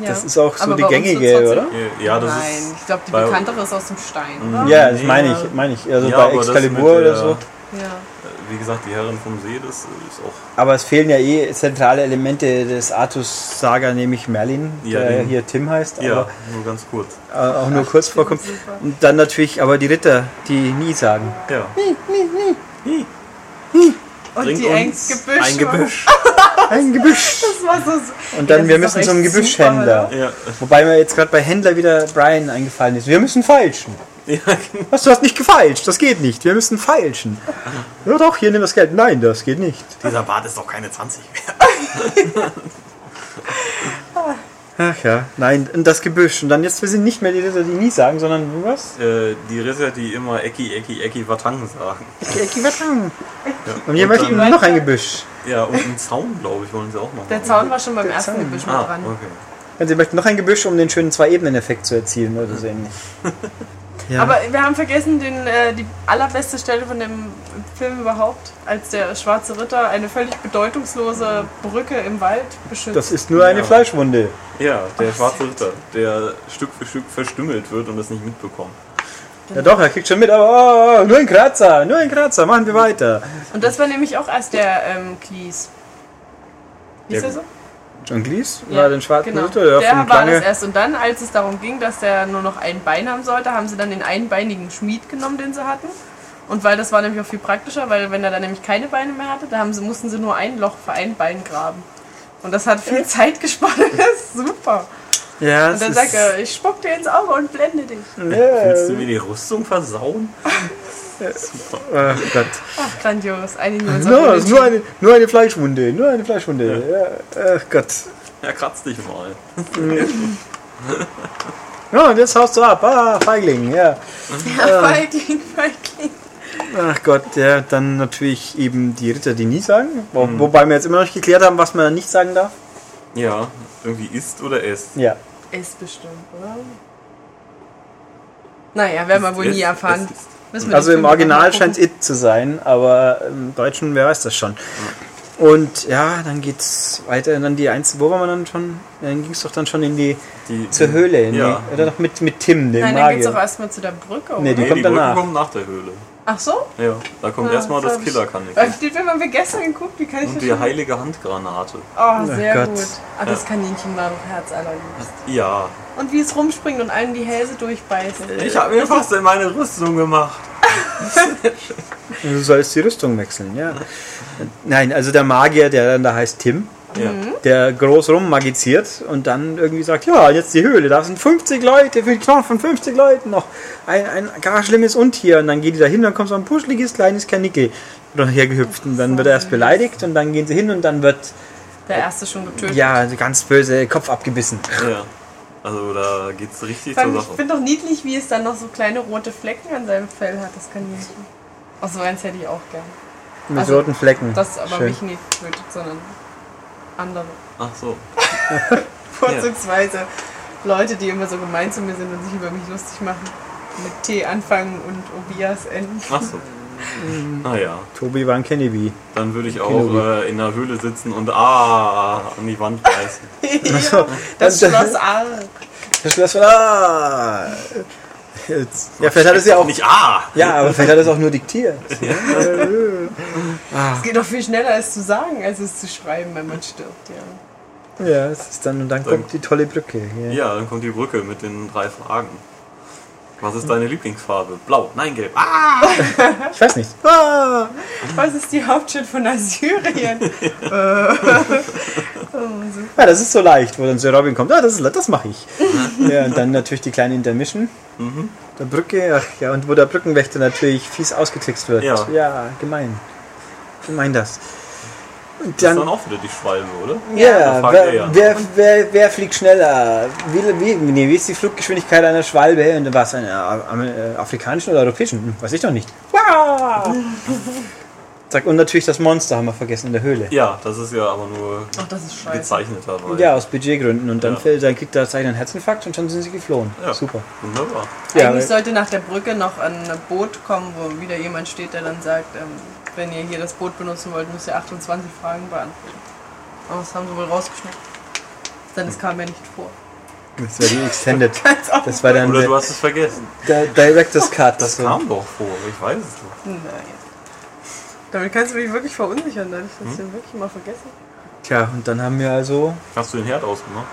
Speaker 3: Ja.
Speaker 1: Das ist auch so
Speaker 3: Aber
Speaker 1: die
Speaker 3: bei uns
Speaker 1: gängige,
Speaker 3: wird's trotzdem-
Speaker 1: oder?
Speaker 2: Ja, das
Speaker 3: Nein,
Speaker 2: ist.
Speaker 3: ich glaube, die
Speaker 2: bei- Mhm.
Speaker 3: bekanntere ist aus dem Stein, oder?
Speaker 1: Ja, das
Speaker 2: Nee,
Speaker 1: meine
Speaker 2: ja.
Speaker 1: ich, meine ich. Also
Speaker 2: Ja,
Speaker 1: bei
Speaker 2: aber das
Speaker 1: Excalibur
Speaker 2: mit
Speaker 1: oder
Speaker 2: der-
Speaker 1: so.
Speaker 3: Ja.
Speaker 2: Wie gesagt, die Herren vom See, das ist auch.
Speaker 1: Aber es fehlen ja eh zentrale Elemente des Artus-Saga, nämlich Merlin,
Speaker 2: Ja,
Speaker 1: der
Speaker 2: den-
Speaker 1: hier Tim heißt,
Speaker 2: Ja, nur ganz kurz.
Speaker 1: aber äh, auch nur kurz vorkommt.
Speaker 3: super.
Speaker 1: Und dann natürlich aber die Ritter, die nie sagen.
Speaker 2: Ja.
Speaker 3: Und
Speaker 2: Bringt
Speaker 3: die
Speaker 2: uns
Speaker 3: ins Gebüsch.
Speaker 2: Ein Gebüsch.
Speaker 1: Ein Gebüsch!
Speaker 3: Das war so.
Speaker 1: Und dann,
Speaker 3: das
Speaker 1: wir
Speaker 3: ist
Speaker 1: müssen
Speaker 3: doch
Speaker 1: zum
Speaker 3: echt
Speaker 1: Gebüschhändler.
Speaker 2: Ja.
Speaker 1: Wobei mir jetzt gerade bei Händler wieder Brian eingefallen ist. Wir müssen feilschen.
Speaker 2: ja, genau.
Speaker 1: Was, du hast nicht gefeilscht? Das geht nicht. Wir müssen feilschen. Ja doch, hier nimm das Geld. Nein, das geht nicht.
Speaker 2: Dieser Bart ist doch keine 20 mehr.
Speaker 1: Ach ja, nein, und das Gebüsch. Und dann jetzt, wir sind nicht mehr die Ritter, die nie sagen, sondern was?
Speaker 2: Äh, die Ritter, die immer Ecki, Ecki, Ecki, Watangen sagen.
Speaker 1: Ecki, Ecki, Wattang.
Speaker 2: Ja.
Speaker 1: Und hier möchte ich
Speaker 2: dann,
Speaker 1: eben noch ein Gebüsch.
Speaker 2: ja, und einen Zaun, glaube ich, wollen sie auch noch.
Speaker 3: Der
Speaker 2: machen.
Speaker 3: Zaun war schon beim
Speaker 1: Der
Speaker 3: ersten
Speaker 1: Zaun.
Speaker 3: Gebüsch mit
Speaker 2: ah,
Speaker 3: dran.
Speaker 2: okay.
Speaker 1: Und sie Also, möchten noch ein Gebüsch, um den schönen Zwei-Ebenen-Effekt zu erzielen oder so ähnlich. Ja.
Speaker 3: Aber wir haben vergessen den, äh, die allerbeste Stelle von dem Film überhaupt, als der schwarze Ritter eine völlig bedeutungslose Brücke im Wald beschützt.
Speaker 1: das ist nur eine
Speaker 2: Ja.
Speaker 1: Fleischwunde.
Speaker 2: Ja, der schwarze Ritter, der Stück für Stück verstümmelt wird und das nicht mitbekommt.
Speaker 1: Ja doch, er kriegt schon mit, aber oh, nur ein Kratzer, nur ein Kratzer, machen wir weiter.
Speaker 3: Und das war nämlich auch erst der ähm, Klies. Hieß
Speaker 2: Ja,
Speaker 3: er so?
Speaker 1: John Cleese
Speaker 3: Ja,
Speaker 1: war den schwarzen
Speaker 3: genau.
Speaker 1: Ritter, ja,
Speaker 3: Der
Speaker 1: vom
Speaker 3: war das
Speaker 1: Klange.
Speaker 3: erst. Und dann, als es darum ging, dass der nur noch ein Bein haben sollte, haben sie dann den einbeinigen Schmied genommen, den sie hatten. Und weil das war nämlich auch viel praktischer, weil wenn er dann nämlich keine Beine mehr hatte, da haben sie, mussten sie nur ein Loch für ein Bein graben. Und das hat viel Zeit gespart. Das ist super.
Speaker 1: Ja,
Speaker 3: Und dann sagt er, ich spuck dir ins Auge und blende dich.
Speaker 2: Willst du
Speaker 1: ja,
Speaker 2: mir die Rüstung versauen?
Speaker 1: oh Gott.
Speaker 3: Ach, grandios. Einigen wir uns auf
Speaker 1: No,
Speaker 3: den
Speaker 1: es Genau, ist nur
Speaker 3: Menschen.
Speaker 1: eine, nur eine Fleischwunde, nur eine Fleischwunde. Ja. Ach Gott.
Speaker 2: Ja, kratz dich mal.
Speaker 1: Ja, und jetzt haust du ab. Ah, Feigling, ja.
Speaker 3: Ja, Feigling, Feigling.
Speaker 1: Ach Gott, ja, dann natürlich eben die Ritter, die nie sagen. Wo,
Speaker 3: Mhm.
Speaker 1: Wobei wir jetzt immer noch nicht geklärt haben, was man nicht sagen darf.
Speaker 2: Ja, irgendwie isst oder esst.
Speaker 1: Ja.
Speaker 3: Ist bestimmt, oder? Naja, werden wir wohl nie
Speaker 2: Esst,
Speaker 3: erfahren.
Speaker 2: esst, esst.
Speaker 3: Müssen wir
Speaker 1: Also im
Speaker 3: den Film noch mal
Speaker 1: Original
Speaker 3: gucken.
Speaker 1: scheint it zu sein, aber im Deutschen, wer weiß das schon. Und ja, dann geht's weiter. Und dann die Einzel Wo war man dann schon? Dann ging's doch dann schon in die
Speaker 2: Die,
Speaker 1: zur Höhle. In
Speaker 2: Ja.
Speaker 1: die, oder noch mit, mit Tim, dem
Speaker 3: Nein, dann geht's auch
Speaker 1: Magier.
Speaker 3: erstmal zu der Brücke. Oder?
Speaker 1: Nee,
Speaker 2: Nee,
Speaker 1: die
Speaker 2: die
Speaker 1: kommt
Speaker 2: Brücken
Speaker 1: danach.
Speaker 2: kommen nach der Höhle.
Speaker 3: Ach so?
Speaker 2: Ja, da kommt
Speaker 3: Ah,
Speaker 2: erstmal
Speaker 3: das
Speaker 2: das
Speaker 3: hab ich- Weil
Speaker 2: Killerkaninchen.
Speaker 3: die Film haben wir gestern geguckt, wie kann ich
Speaker 2: Und
Speaker 3: das
Speaker 2: die
Speaker 3: schon-
Speaker 2: heilige Handgranate.
Speaker 3: Oh, sehr
Speaker 1: Gott.
Speaker 3: gut. Ah, das Kaninchen war doch herzallerliebst.
Speaker 2: Ja.
Speaker 3: Und wie es rumspringt und allen die Hälse durchbeißt.
Speaker 2: Ich habe mir fast in meine Rüstung gemacht.
Speaker 1: Du sollst die Rüstung wechseln, ja. Nein, also der Magier, der dann da heißt Tim,
Speaker 2: Ja.
Speaker 3: Mhm.
Speaker 1: der groß rummagiziert und dann irgendwie sagt, ja, jetzt die Höhle, da sind 50 Leute, für die Knochen von 50 Leuten noch. Ein, ein gar schlimmes Untier. Und dann gehen die da hin, dann kommt so ein puscheliges kleines Kanickel hergehüpft und dann wird er erst beleidigt und dann gehen sie hin und dann wird,
Speaker 3: Der erste schon getötet.
Speaker 1: ja, ganz böse Kopf abgebissen.
Speaker 2: ja. Also da geht's richtig
Speaker 3: Vor allem,
Speaker 2: zur
Speaker 3: ich
Speaker 2: Sache.
Speaker 3: finde doch niedlich, wie es dann noch so kleine rote Flecken an seinem Fell hat, das Kaninchen. Ach, so eins hätte ich auch gern.
Speaker 1: Mit
Speaker 3: Also,
Speaker 1: roten Flecken.
Speaker 3: Das aber
Speaker 1: Schön.
Speaker 3: mich nicht tötet, sondern andere.
Speaker 2: Ach so.
Speaker 3: Vorzugsweise Leute, die immer so gemein zu mir sind und sich über mich lustig machen. Mit T anfangen und Obias enden.
Speaker 2: Ach so.
Speaker 3: Mhm.
Speaker 2: Naja,
Speaker 1: Tobi war ein Kennedy.
Speaker 2: dann würde ich auch
Speaker 1: Kino.
Speaker 2: äh, in der Höhle sitzen und ah an die Wand reißen.
Speaker 3: Ja, das
Speaker 1: Und, äh,
Speaker 3: Schloss Aare.
Speaker 1: Das Schloss von, ah! Jetzt. Ja, vielleicht hat es ja auch
Speaker 2: Nicht ah!
Speaker 1: Ja, aber vielleicht hat er es auch nur diktiert.
Speaker 3: Es geht doch viel schneller, es zu sagen, als es zu schreiben, wenn man stirbt. Ja.
Speaker 1: Ja, es ist dann und dann kommt die tolle Brücke. Ja.
Speaker 2: Ja, dann kommt die Brücke mit den drei Fragen. Was ist deine Lieblingsfarbe? Blau, nein, gelb. Ah!
Speaker 1: Ich weiß nicht. Ah!
Speaker 3: Was ist die Hauptstadt von Assyrien?
Speaker 1: Ja, Ah, das ist so leicht, wo dann Sir Robin kommt. Ah, das ist le- das mache ich. Ja, und dann natürlich die kleine Intermission.
Speaker 2: Mhm.
Speaker 1: Der Brücke, ach ja, und wo der Brückenwächter natürlich fies ausgetrickst wird.
Speaker 2: Ja.
Speaker 1: ja gemein. Gemein das. Und
Speaker 2: Das ist
Speaker 1: dann,
Speaker 2: dann auch wieder die Schwalbe, oder?
Speaker 1: ja,
Speaker 2: da fragt
Speaker 1: wer,
Speaker 2: er ja.
Speaker 1: Wer, wer, wer fliegt schneller? Wie, wie, nee, wie ist die Fluggeschwindigkeit einer Schwalbe? Und was, einer äh, äh, afrikanischen oder europäischen? Hm, weiß ich doch nicht. Wow! Zack, und natürlich das Monster haben wir vergessen in der Höhle.
Speaker 2: Ja, das ist ja aber nur
Speaker 3: Ach, das ist scheiße.
Speaker 2: gezeichneter. Weil
Speaker 1: Ja, aus Budgetgründen. Und dann,
Speaker 2: Ja.
Speaker 1: fällt, dann kriegt der Zeichner einen Herzinfarkt und dann sind sie geflohen.
Speaker 2: Ja.
Speaker 1: Super.
Speaker 2: Wunderbar.
Speaker 1: Ja,
Speaker 3: Eigentlich
Speaker 1: weil-
Speaker 3: sollte nach der Brücke noch ein Boot kommen, wo wieder jemand steht, der dann sagt, ähm, wenn ihr hier das Boot benutzen wollt, müsst ihr 28 Fragen beantworten. Aber das haben sie wohl rausgeschnitten. Denn es kam ja nicht vor.
Speaker 1: Das war die Extended.
Speaker 3: Als ob-
Speaker 1: Das war dann
Speaker 2: Oder du
Speaker 1: der,
Speaker 2: hast es vergessen.
Speaker 1: der Director's Cut. Also,
Speaker 2: Das
Speaker 1: So.
Speaker 2: kam doch vor, ich weiß es doch.
Speaker 3: Naja. Damit kannst du mich wirklich verunsichern, da hab ich das hm? wirklich mal vergessen.
Speaker 1: Tja, und dann haben wir also
Speaker 2: Hast du den Herd ausgemacht?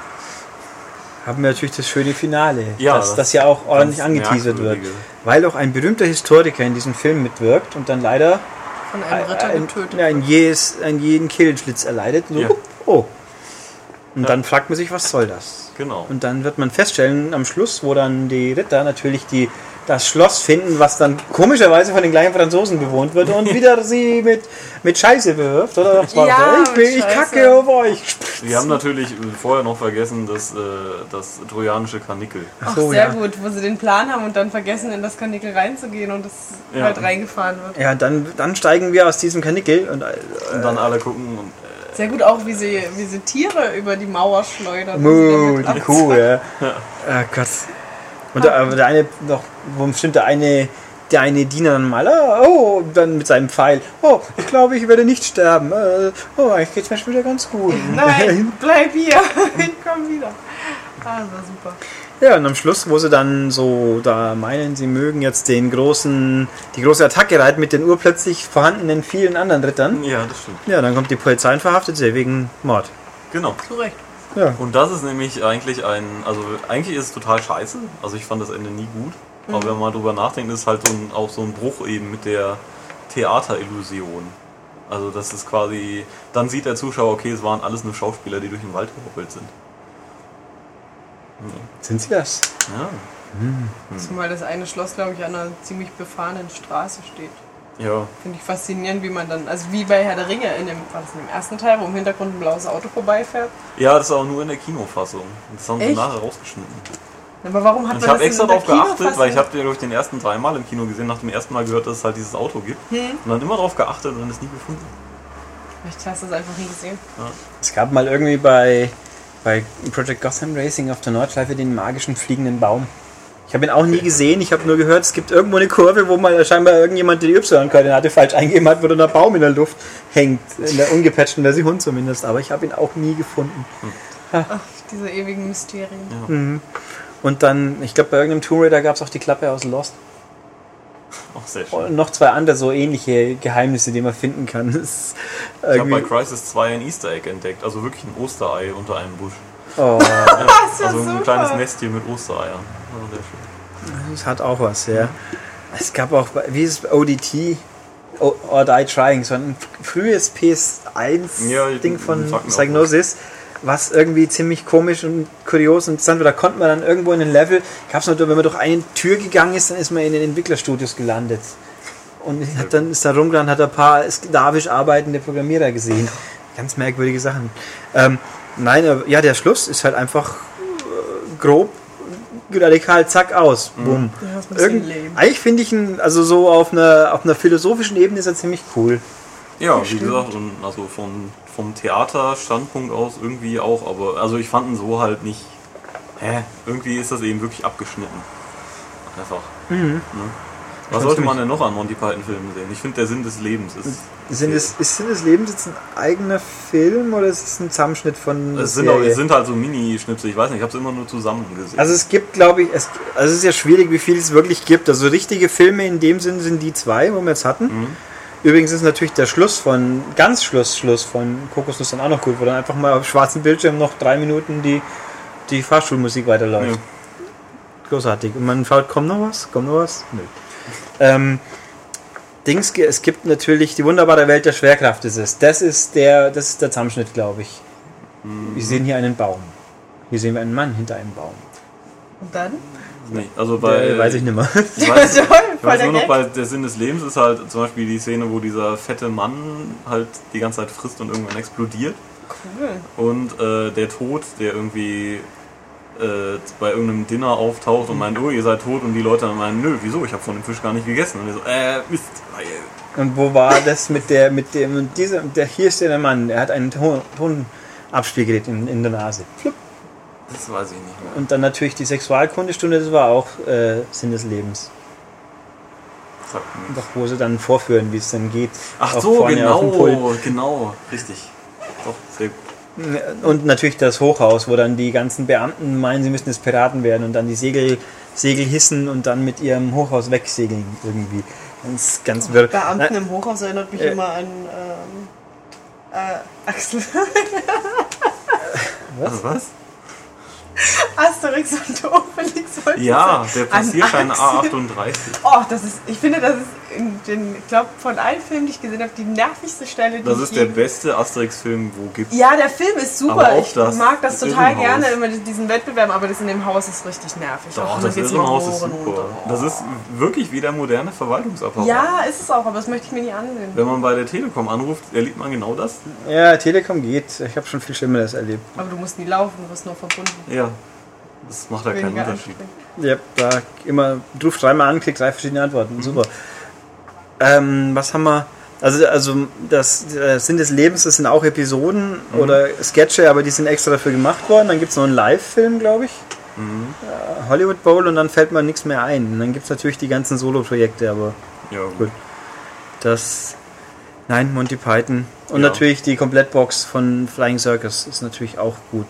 Speaker 1: haben wir natürlich das schöne Finale,
Speaker 2: Ja,
Speaker 1: das,
Speaker 2: das
Speaker 1: das ja auch ordentlich
Speaker 2: ganz
Speaker 1: angeteasert wird.
Speaker 2: merkwürdige.
Speaker 1: Weil auch ein berühmter Historiker in diesem Film mitwirkt und dann leider
Speaker 3: Von einem Ritter
Speaker 1: ein,
Speaker 3: getötet.
Speaker 1: ja, ein jedes, ein jeden Killenschlitz erleidet. So,
Speaker 2: Ja.
Speaker 1: Oh. Und
Speaker 2: Ja.
Speaker 1: dann fragt man sich, was soll das?
Speaker 2: Genau.
Speaker 1: Und dann wird man feststellen, am Schluss, wo dann die Ritter natürlich die, das Schloss finden, was dann komischerweise von den gleichen Franzosen bewohnt wird und wieder sie mit, mit Scheiße bewirft. Oder? Das war
Speaker 3: Ja,
Speaker 1: so, ich, will,
Speaker 3: mit
Speaker 1: ich
Speaker 3: Scheiße.
Speaker 1: kacke auf euch.
Speaker 2: Wir haben natürlich äh, vorher noch vergessen, dass äh, das trojanische Karnickel.
Speaker 3: Ach,
Speaker 1: so,
Speaker 3: sehr
Speaker 1: ja.
Speaker 3: gut, wo sie den Plan haben und dann vergessen, in das Kanickel reinzugehen und es
Speaker 2: Ja.
Speaker 3: halt reingefahren wird.
Speaker 1: Ja, dann, dann steigen wir aus diesem Kanickel und äh,
Speaker 2: Und dann alle gucken und
Speaker 3: Sehr gut auch, wie sie, wie sie Tiere über die Mauer schleudern. und sie
Speaker 1: Mu,
Speaker 3: damit
Speaker 1: die Kuh, ja. Ah, Gott. Und der, aber der eine, noch, wo bestimmt der eine, der eine Diener dann mal, ah, oh, dann mit seinem Pfeil, oh, ich glaube, ich werde nicht sterben. Äh, oh, eigentlich geht's mir schon wieder ganz gut.
Speaker 3: Nein, bleib hier. Ich komm wieder. Ah, das war super.
Speaker 1: Ja, und am Schluss, wo sie dann so, da meinen, sie mögen jetzt den großen, die große Attacke reiten mit den urplötzlich vorhandenen vielen anderen Rittern.
Speaker 2: äh, ja, das stimmt.
Speaker 1: Ja, dann kommt die Polizei und verhaftet sie wegen Mord.
Speaker 2: Genau.
Speaker 3: Zu Recht.
Speaker 1: Ja.
Speaker 2: Und das ist nämlich eigentlich ein, also eigentlich ist es total scheiße. Also ich fand das Ende nie gut.
Speaker 3: Mhm.
Speaker 2: Aber wenn man mal drüber nachdenkt, ist halt so ein, auch so ein Bruch eben mit der Theaterillusion. Also das ist quasi, dann sieht der Zuschauer, okay, es waren alles nur Schauspieler, die durch den Wald gehoppelt sind.
Speaker 1: Sind sie das?
Speaker 2: Ja. Hm.
Speaker 3: Zumal das eine Schloss, glaube ich, an einer ziemlich befahrenen Straße steht.
Speaker 2: Ja,
Speaker 3: Finde ich faszinierend, wie man dann, also wie bei Herr der Ringe in dem, was in dem ersten Teil, wo im Hintergrund ein blaues Auto vorbeifährt.
Speaker 2: ja das ist auch nur in der Kinofassung. Das haben sie
Speaker 3: Echt?
Speaker 2: nachher rausgeschnitten.
Speaker 3: Aber warum hat
Speaker 2: Und
Speaker 3: man
Speaker 2: ich habe
Speaker 3: das
Speaker 2: extra
Speaker 3: in der
Speaker 2: darauf geachtet, weil ich
Speaker 3: Kinofassung?
Speaker 2: habe den, glaube ich, den ersten dreimal im Kino gesehen, nach dem ersten Mal gehört, dass es halt dieses Auto gibt.
Speaker 3: Hm.
Speaker 2: Und dann immer darauf geachtet und dann ist nie gefunden.
Speaker 3: Ich hast das einfach nie gesehen.
Speaker 1: Es gab mal irgendwie bei, bei Project Gotham Racing auf der Nordschleife den magischen fliegenden Baum. Ich habe ihn auch nie gesehen, ich habe nur gehört, es gibt irgendwo eine Kurve, wo mal scheinbar irgendjemand die Y-Koordinate falsch eingegeben hat, wo dann der Baum in der Luft hängt. In der ungepatchten Version zumindest, aber ich habe ihn auch nie gefunden.
Speaker 3: Ach, diese ewigen Mysterien.
Speaker 1: Und dann, ich glaube, bei irgendeinem Tomb Raider gab es auch die Klappe aus Lost.
Speaker 2: Auch sehr schön.
Speaker 1: Und noch zwei andere so ähnliche Geheimnisse, die man finden kann. Das ist
Speaker 2: Ich habe bei
Speaker 1: irgendwie,
Speaker 2: Crisis 2 ein Easter Egg entdeckt, also wirklich ein Osterei unter einem Busch.
Speaker 1: oh,
Speaker 2: also ein
Speaker 3: super.
Speaker 2: kleines Nestchen mit Ostereiern. Also sehr schön.
Speaker 1: das hat auch was, ja. Es gab auch, bei- wie ist es, ODT? O- Or Die Trying, so ein frühes
Speaker 2: Ja, ich-
Speaker 1: PS1-Ding von
Speaker 2: sagt mir auch
Speaker 1: Psygnosis, was irgendwie ziemlich komisch und kurios und interessant war. Da konnte man dann irgendwo in den Level, gab es nur, wenn man durch eine Tür gegangen ist, dann ist man in den Entwicklerstudios gelandet. Und hat dann ist da rumgerannt, hat ein paar sklavisch arbeitende Programmierer gesehen. Ganz merkwürdige Sachen. Ähm, nein, aber- ja, der Schluss ist halt einfach äh, grob, radikal, zack, aus. Bumm.
Speaker 2: Mhm.
Speaker 3: Ja, das ist ein bisschen
Speaker 1: Irgend,
Speaker 3: lame.
Speaker 1: eigentlich finde ich ihn, also so auf einer, auf einer philosophischen Ebene ist er ziemlich cool.
Speaker 2: Ja, wie gesagt, und also von, vom Theaterstandpunkt aus irgendwie auch, aber also ich fand ihn so halt nicht. Hä? Irgendwie ist das eben wirklich abgeschnitten. Einfach.
Speaker 1: Mhm.
Speaker 2: Ne? Was sollte man denn noch an Monty Python Filmen sehen? Ich finde, der Sinn des Lebens ist.
Speaker 1: Sind es, ist Sinn des Lebens jetzt ein eigener Film oder ist es ein Zusammenschnitt von
Speaker 2: es sind, auch,
Speaker 1: Serie?
Speaker 2: es sind halt so Mini-Schnipsel, ich weiß nicht, ich habe es immer nur zusammen gesehen.
Speaker 1: eh also es gibt, glaube ich, es, also es ist ja schwierig, wie viel es wirklich gibt. Also richtige Filme in dem Sinn sind die zwei, wo wir jetzt hatten. Übrigens ist natürlich der Schluss von, ganz Schluss, Schluss von Kokosnuss dann auch noch gut, wo dann einfach mal auf schwarzem Bildschirm noch drei Minuten die, die Fahrschulmusik weiterläuft.
Speaker 2: Ja.
Speaker 1: Großartig. Und man schaut, kommt noch was? Kommt noch was? Nö. Ähm, Dings, ge- es gibt natürlich die wunderbare Welt der Schwerkraft ist es. Das ist der, das ist der Zusammenschnitt, glaube ich. Wir sehen hier einen Baum. Hier sehen wir einen Mann hinter einem Baum.
Speaker 3: Und dann?
Speaker 2: Nee, also bei,
Speaker 1: Äh, weiß ich nicht mehr.
Speaker 2: Ich weiß,
Speaker 3: Toll,
Speaker 2: ich
Speaker 3: voll
Speaker 2: weiß
Speaker 3: der
Speaker 2: nur noch,
Speaker 3: Gag.
Speaker 2: weil der Sinn des Lebens ist halt zum Beispiel die Szene, wo dieser fette Mann halt die ganze Zeit frisst und irgendwann explodiert.
Speaker 3: Cool.
Speaker 2: Und äh, der Tod, der irgendwie äh, bei irgendeinem Dinner auftaucht und meint, oh, ihr seid tot. Und die Leute dann meinen, nö, wieso? Ich habe von dem Fisch gar nicht gegessen. Und er so, äh, Mist. weil-
Speaker 1: Und wo war das mit der, mit dem, mit diesem, der, hier ist der Mann, der hat einen Ton, Tonabspielgerät in, in der Nase. Flupp.
Speaker 2: Das weiß ich nicht mehr.
Speaker 1: Und dann natürlich die Sexualkundestunde, das war auch äh, Sinn des Lebens.
Speaker 2: Sagt mir nichts.
Speaker 1: Doch, wo sie dann vorführen, wie es dann geht.
Speaker 2: Ach
Speaker 1: Auch
Speaker 2: so,
Speaker 1: vorne auf dem Pult.
Speaker 2: genau, genau, richtig. Doch, sehr gut.
Speaker 1: Und natürlich das Hochhaus, wo dann die ganzen Beamten meinen, sie müssen jetzt Piraten werden und dann die Segel, Segel hissen und dann mit ihrem Hochhaus wegsegeln irgendwie. Ganz, ganz wirr.
Speaker 3: Beamten
Speaker 1: Na,
Speaker 3: im Hochhaus erinnert mich
Speaker 1: Äh.
Speaker 3: immer an ähm, äh, Axel.
Speaker 2: Also was?
Speaker 3: Asterix und Obelix. wollte ich
Speaker 2: Ja,
Speaker 3: sagen.
Speaker 2: der
Speaker 3: An
Speaker 2: Passierschein
Speaker 3: Axel.
Speaker 2: A38.
Speaker 3: Oh, das ist, ich finde, das ist, in den, ich glaube, von allen Filmen, die ich gesehen habe, die nervigste Stelle, die
Speaker 2: Das
Speaker 3: ich
Speaker 2: ist der
Speaker 3: je-
Speaker 2: beste Asterix-Film, wo gibt.
Speaker 3: Ja, der Film ist
Speaker 2: Aber
Speaker 3: super.
Speaker 2: auch
Speaker 3: Ich
Speaker 2: das
Speaker 3: mag das total
Speaker 2: Irrenhaus.
Speaker 3: gerne, immer diesen Wettbewerb, aber das in dem Haus ist richtig nervig.
Speaker 2: Doch,
Speaker 3: Auch
Speaker 2: das
Speaker 3: mit
Speaker 2: Irrenhaus ist
Speaker 3: Ohren
Speaker 2: super.
Speaker 3: und-
Speaker 2: Das ist wirklich wie der moderne Verwaltungsapparat.
Speaker 3: Ja, ist es auch, aber das möchte ich mir nie ansehen.
Speaker 2: Wenn man bei der Telekom anruft, erlebt man genau das.
Speaker 1: ja, Telekom geht. Ich habe schon viel Schlimmeres erlebt.
Speaker 3: Aber du musst nie laufen, du wirst nur verbunden.
Speaker 2: Ja. Das macht da keinen
Speaker 3: Weniger
Speaker 2: Unterschied.
Speaker 3: anstrengend.
Speaker 1: Ja, da immer, du rufst dreimal an, kriegst drei verschiedene Antworten. Super. Ähm, was haben wir? Also, also das äh, Sinn des Lebens, das sind auch Episoden oder Sketche, aber die sind extra dafür gemacht worden. Dann gibt es noch einen Live-Film, glaube ich. Äh, Hollywood Bowl und dann fällt mir nichts mehr ein. Und dann gibt es natürlich die ganzen Solo-Projekte, aber
Speaker 2: Ja, gut.
Speaker 1: Gut. das. Nein, Monty Python. Und
Speaker 2: Ja.
Speaker 1: natürlich die Komplettbox von Flying Circus ist natürlich auch gut.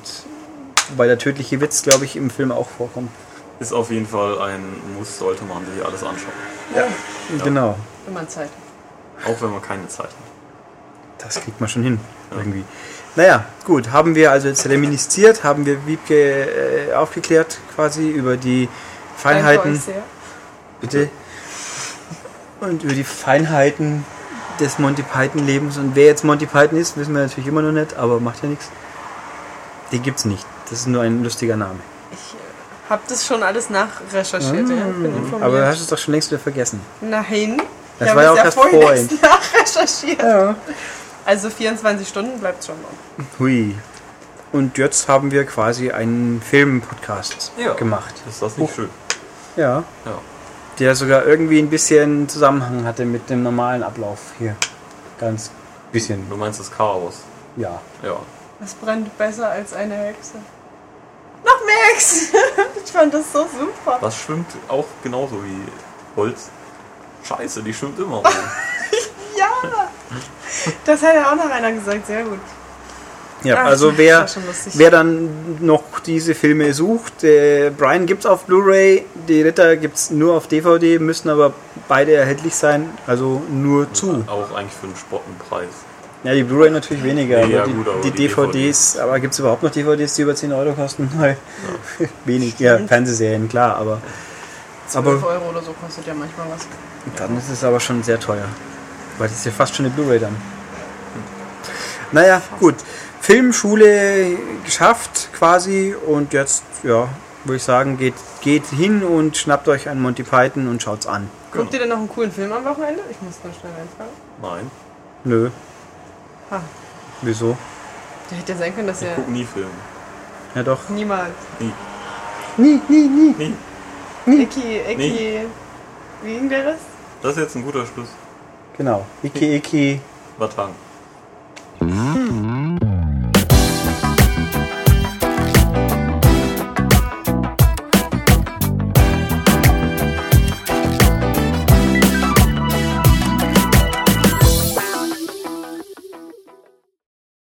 Speaker 1: Wobei der tödliche Witz, glaube ich, im Film auch vorkommt.
Speaker 2: Ist auf jeden Fall ein Muss, sollte man sich alles anschauen.
Speaker 1: Genau.
Speaker 3: Wenn man Zeit hat.
Speaker 2: Auch wenn man keine Zeit hat.
Speaker 1: Das kriegt man schon hin. irgendwie. Naja, gut, haben wir also jetzt reminisziert, haben wir Wiebke äh, aufgeklärt quasi über die Feinheiten.
Speaker 3: Danke euch sehr.
Speaker 1: Bitte. Und über die Feinheiten des Monty Python-Lebens. Und wer jetzt Monty Python ist, wissen wir natürlich immer noch nicht, aber macht ja nichts. Den gibt's nicht. Das ist nur ein lustiger Name.
Speaker 3: Ich äh, hab das schon alles nachrecherchiert. ja, bin informiert.
Speaker 1: Mm. Aber du hast es doch schon längst wieder vergessen.
Speaker 3: Nein.
Speaker 1: Das
Speaker 3: ich
Speaker 1: war ja
Speaker 3: hab
Speaker 1: auch
Speaker 3: es
Speaker 1: erst vorhin.
Speaker 3: erst nachrecherchiert.
Speaker 1: Ja.
Speaker 3: Also 24 Stunden bleibt schon noch.
Speaker 1: Hui. Und jetzt haben wir quasi einen Film-Podcast
Speaker 2: Ja.
Speaker 1: gemacht.
Speaker 2: Ist das nicht schön?
Speaker 1: Ja.
Speaker 2: Oh. Ja.
Speaker 1: Der sogar irgendwie ein bisschen Zusammenhang hatte mit dem normalen Ablauf hier. Ganz bisschen,
Speaker 2: Du meinst das Chaos.
Speaker 1: ja.
Speaker 2: Ja.
Speaker 3: Was brennt besser als eine Hexe? Noch mehr Hexen! ich fand das so super.
Speaker 2: Das schwimmt auch genauso wie Holz. Scheiße, die schwimmt immer rum.
Speaker 3: Ja! Das hat ja auch noch einer gesagt, sehr gut.
Speaker 1: Ja,
Speaker 3: Ah,
Speaker 1: also
Speaker 3: das
Speaker 1: wer,
Speaker 3: war schon lustig.
Speaker 1: wer dann noch diese Filme sucht, äh, Brian gibt's auf Blu-ray, die Ritter gibt's nur auf DVD, müssen aber beide erhältlich sein, also nur zu.
Speaker 2: Auch eigentlich für einen Spottenpreis.
Speaker 1: Ja, die Blu-ray natürlich weniger,
Speaker 2: Ja,
Speaker 1: aber, die,
Speaker 2: gut, aber
Speaker 1: die,
Speaker 2: die
Speaker 1: DVDs, aber gibt's überhaupt noch DVDs, die über 10 Euro kosten? Nein. Wenig, ja, Fernsehserien, klar, aber
Speaker 3: 12
Speaker 1: Aber-
Speaker 3: Euro oder so kostet ja manchmal was.
Speaker 1: Dann ist es aber schon sehr teuer. Weil das ist ja fast schon eine Blu-ray dann. Naja, gut. Filmschule geschafft quasi und jetzt, ja, würde ich sagen, geht, geht hin und schnappt euch einen Monty Python und schaut's an.
Speaker 3: Guckt ihr denn noch einen coolen Film am Wochenende? Ich muss dann schnell reinfragen.
Speaker 2: Nein.
Speaker 1: Nö,
Speaker 3: Ha,
Speaker 1: wieso?
Speaker 3: der hätte ja sein können, dass
Speaker 2: Ich
Speaker 3: er
Speaker 2: gucke nie Filme.
Speaker 1: Ja doch.
Speaker 3: niemals.
Speaker 1: Nie, nie, nie.
Speaker 2: Nie.
Speaker 3: Eki, Eki.
Speaker 2: Nee.
Speaker 3: Wie ging der Rest?
Speaker 2: Das ist jetzt ein guter Schluss.
Speaker 1: Genau. Iki, Iki.
Speaker 2: Batang.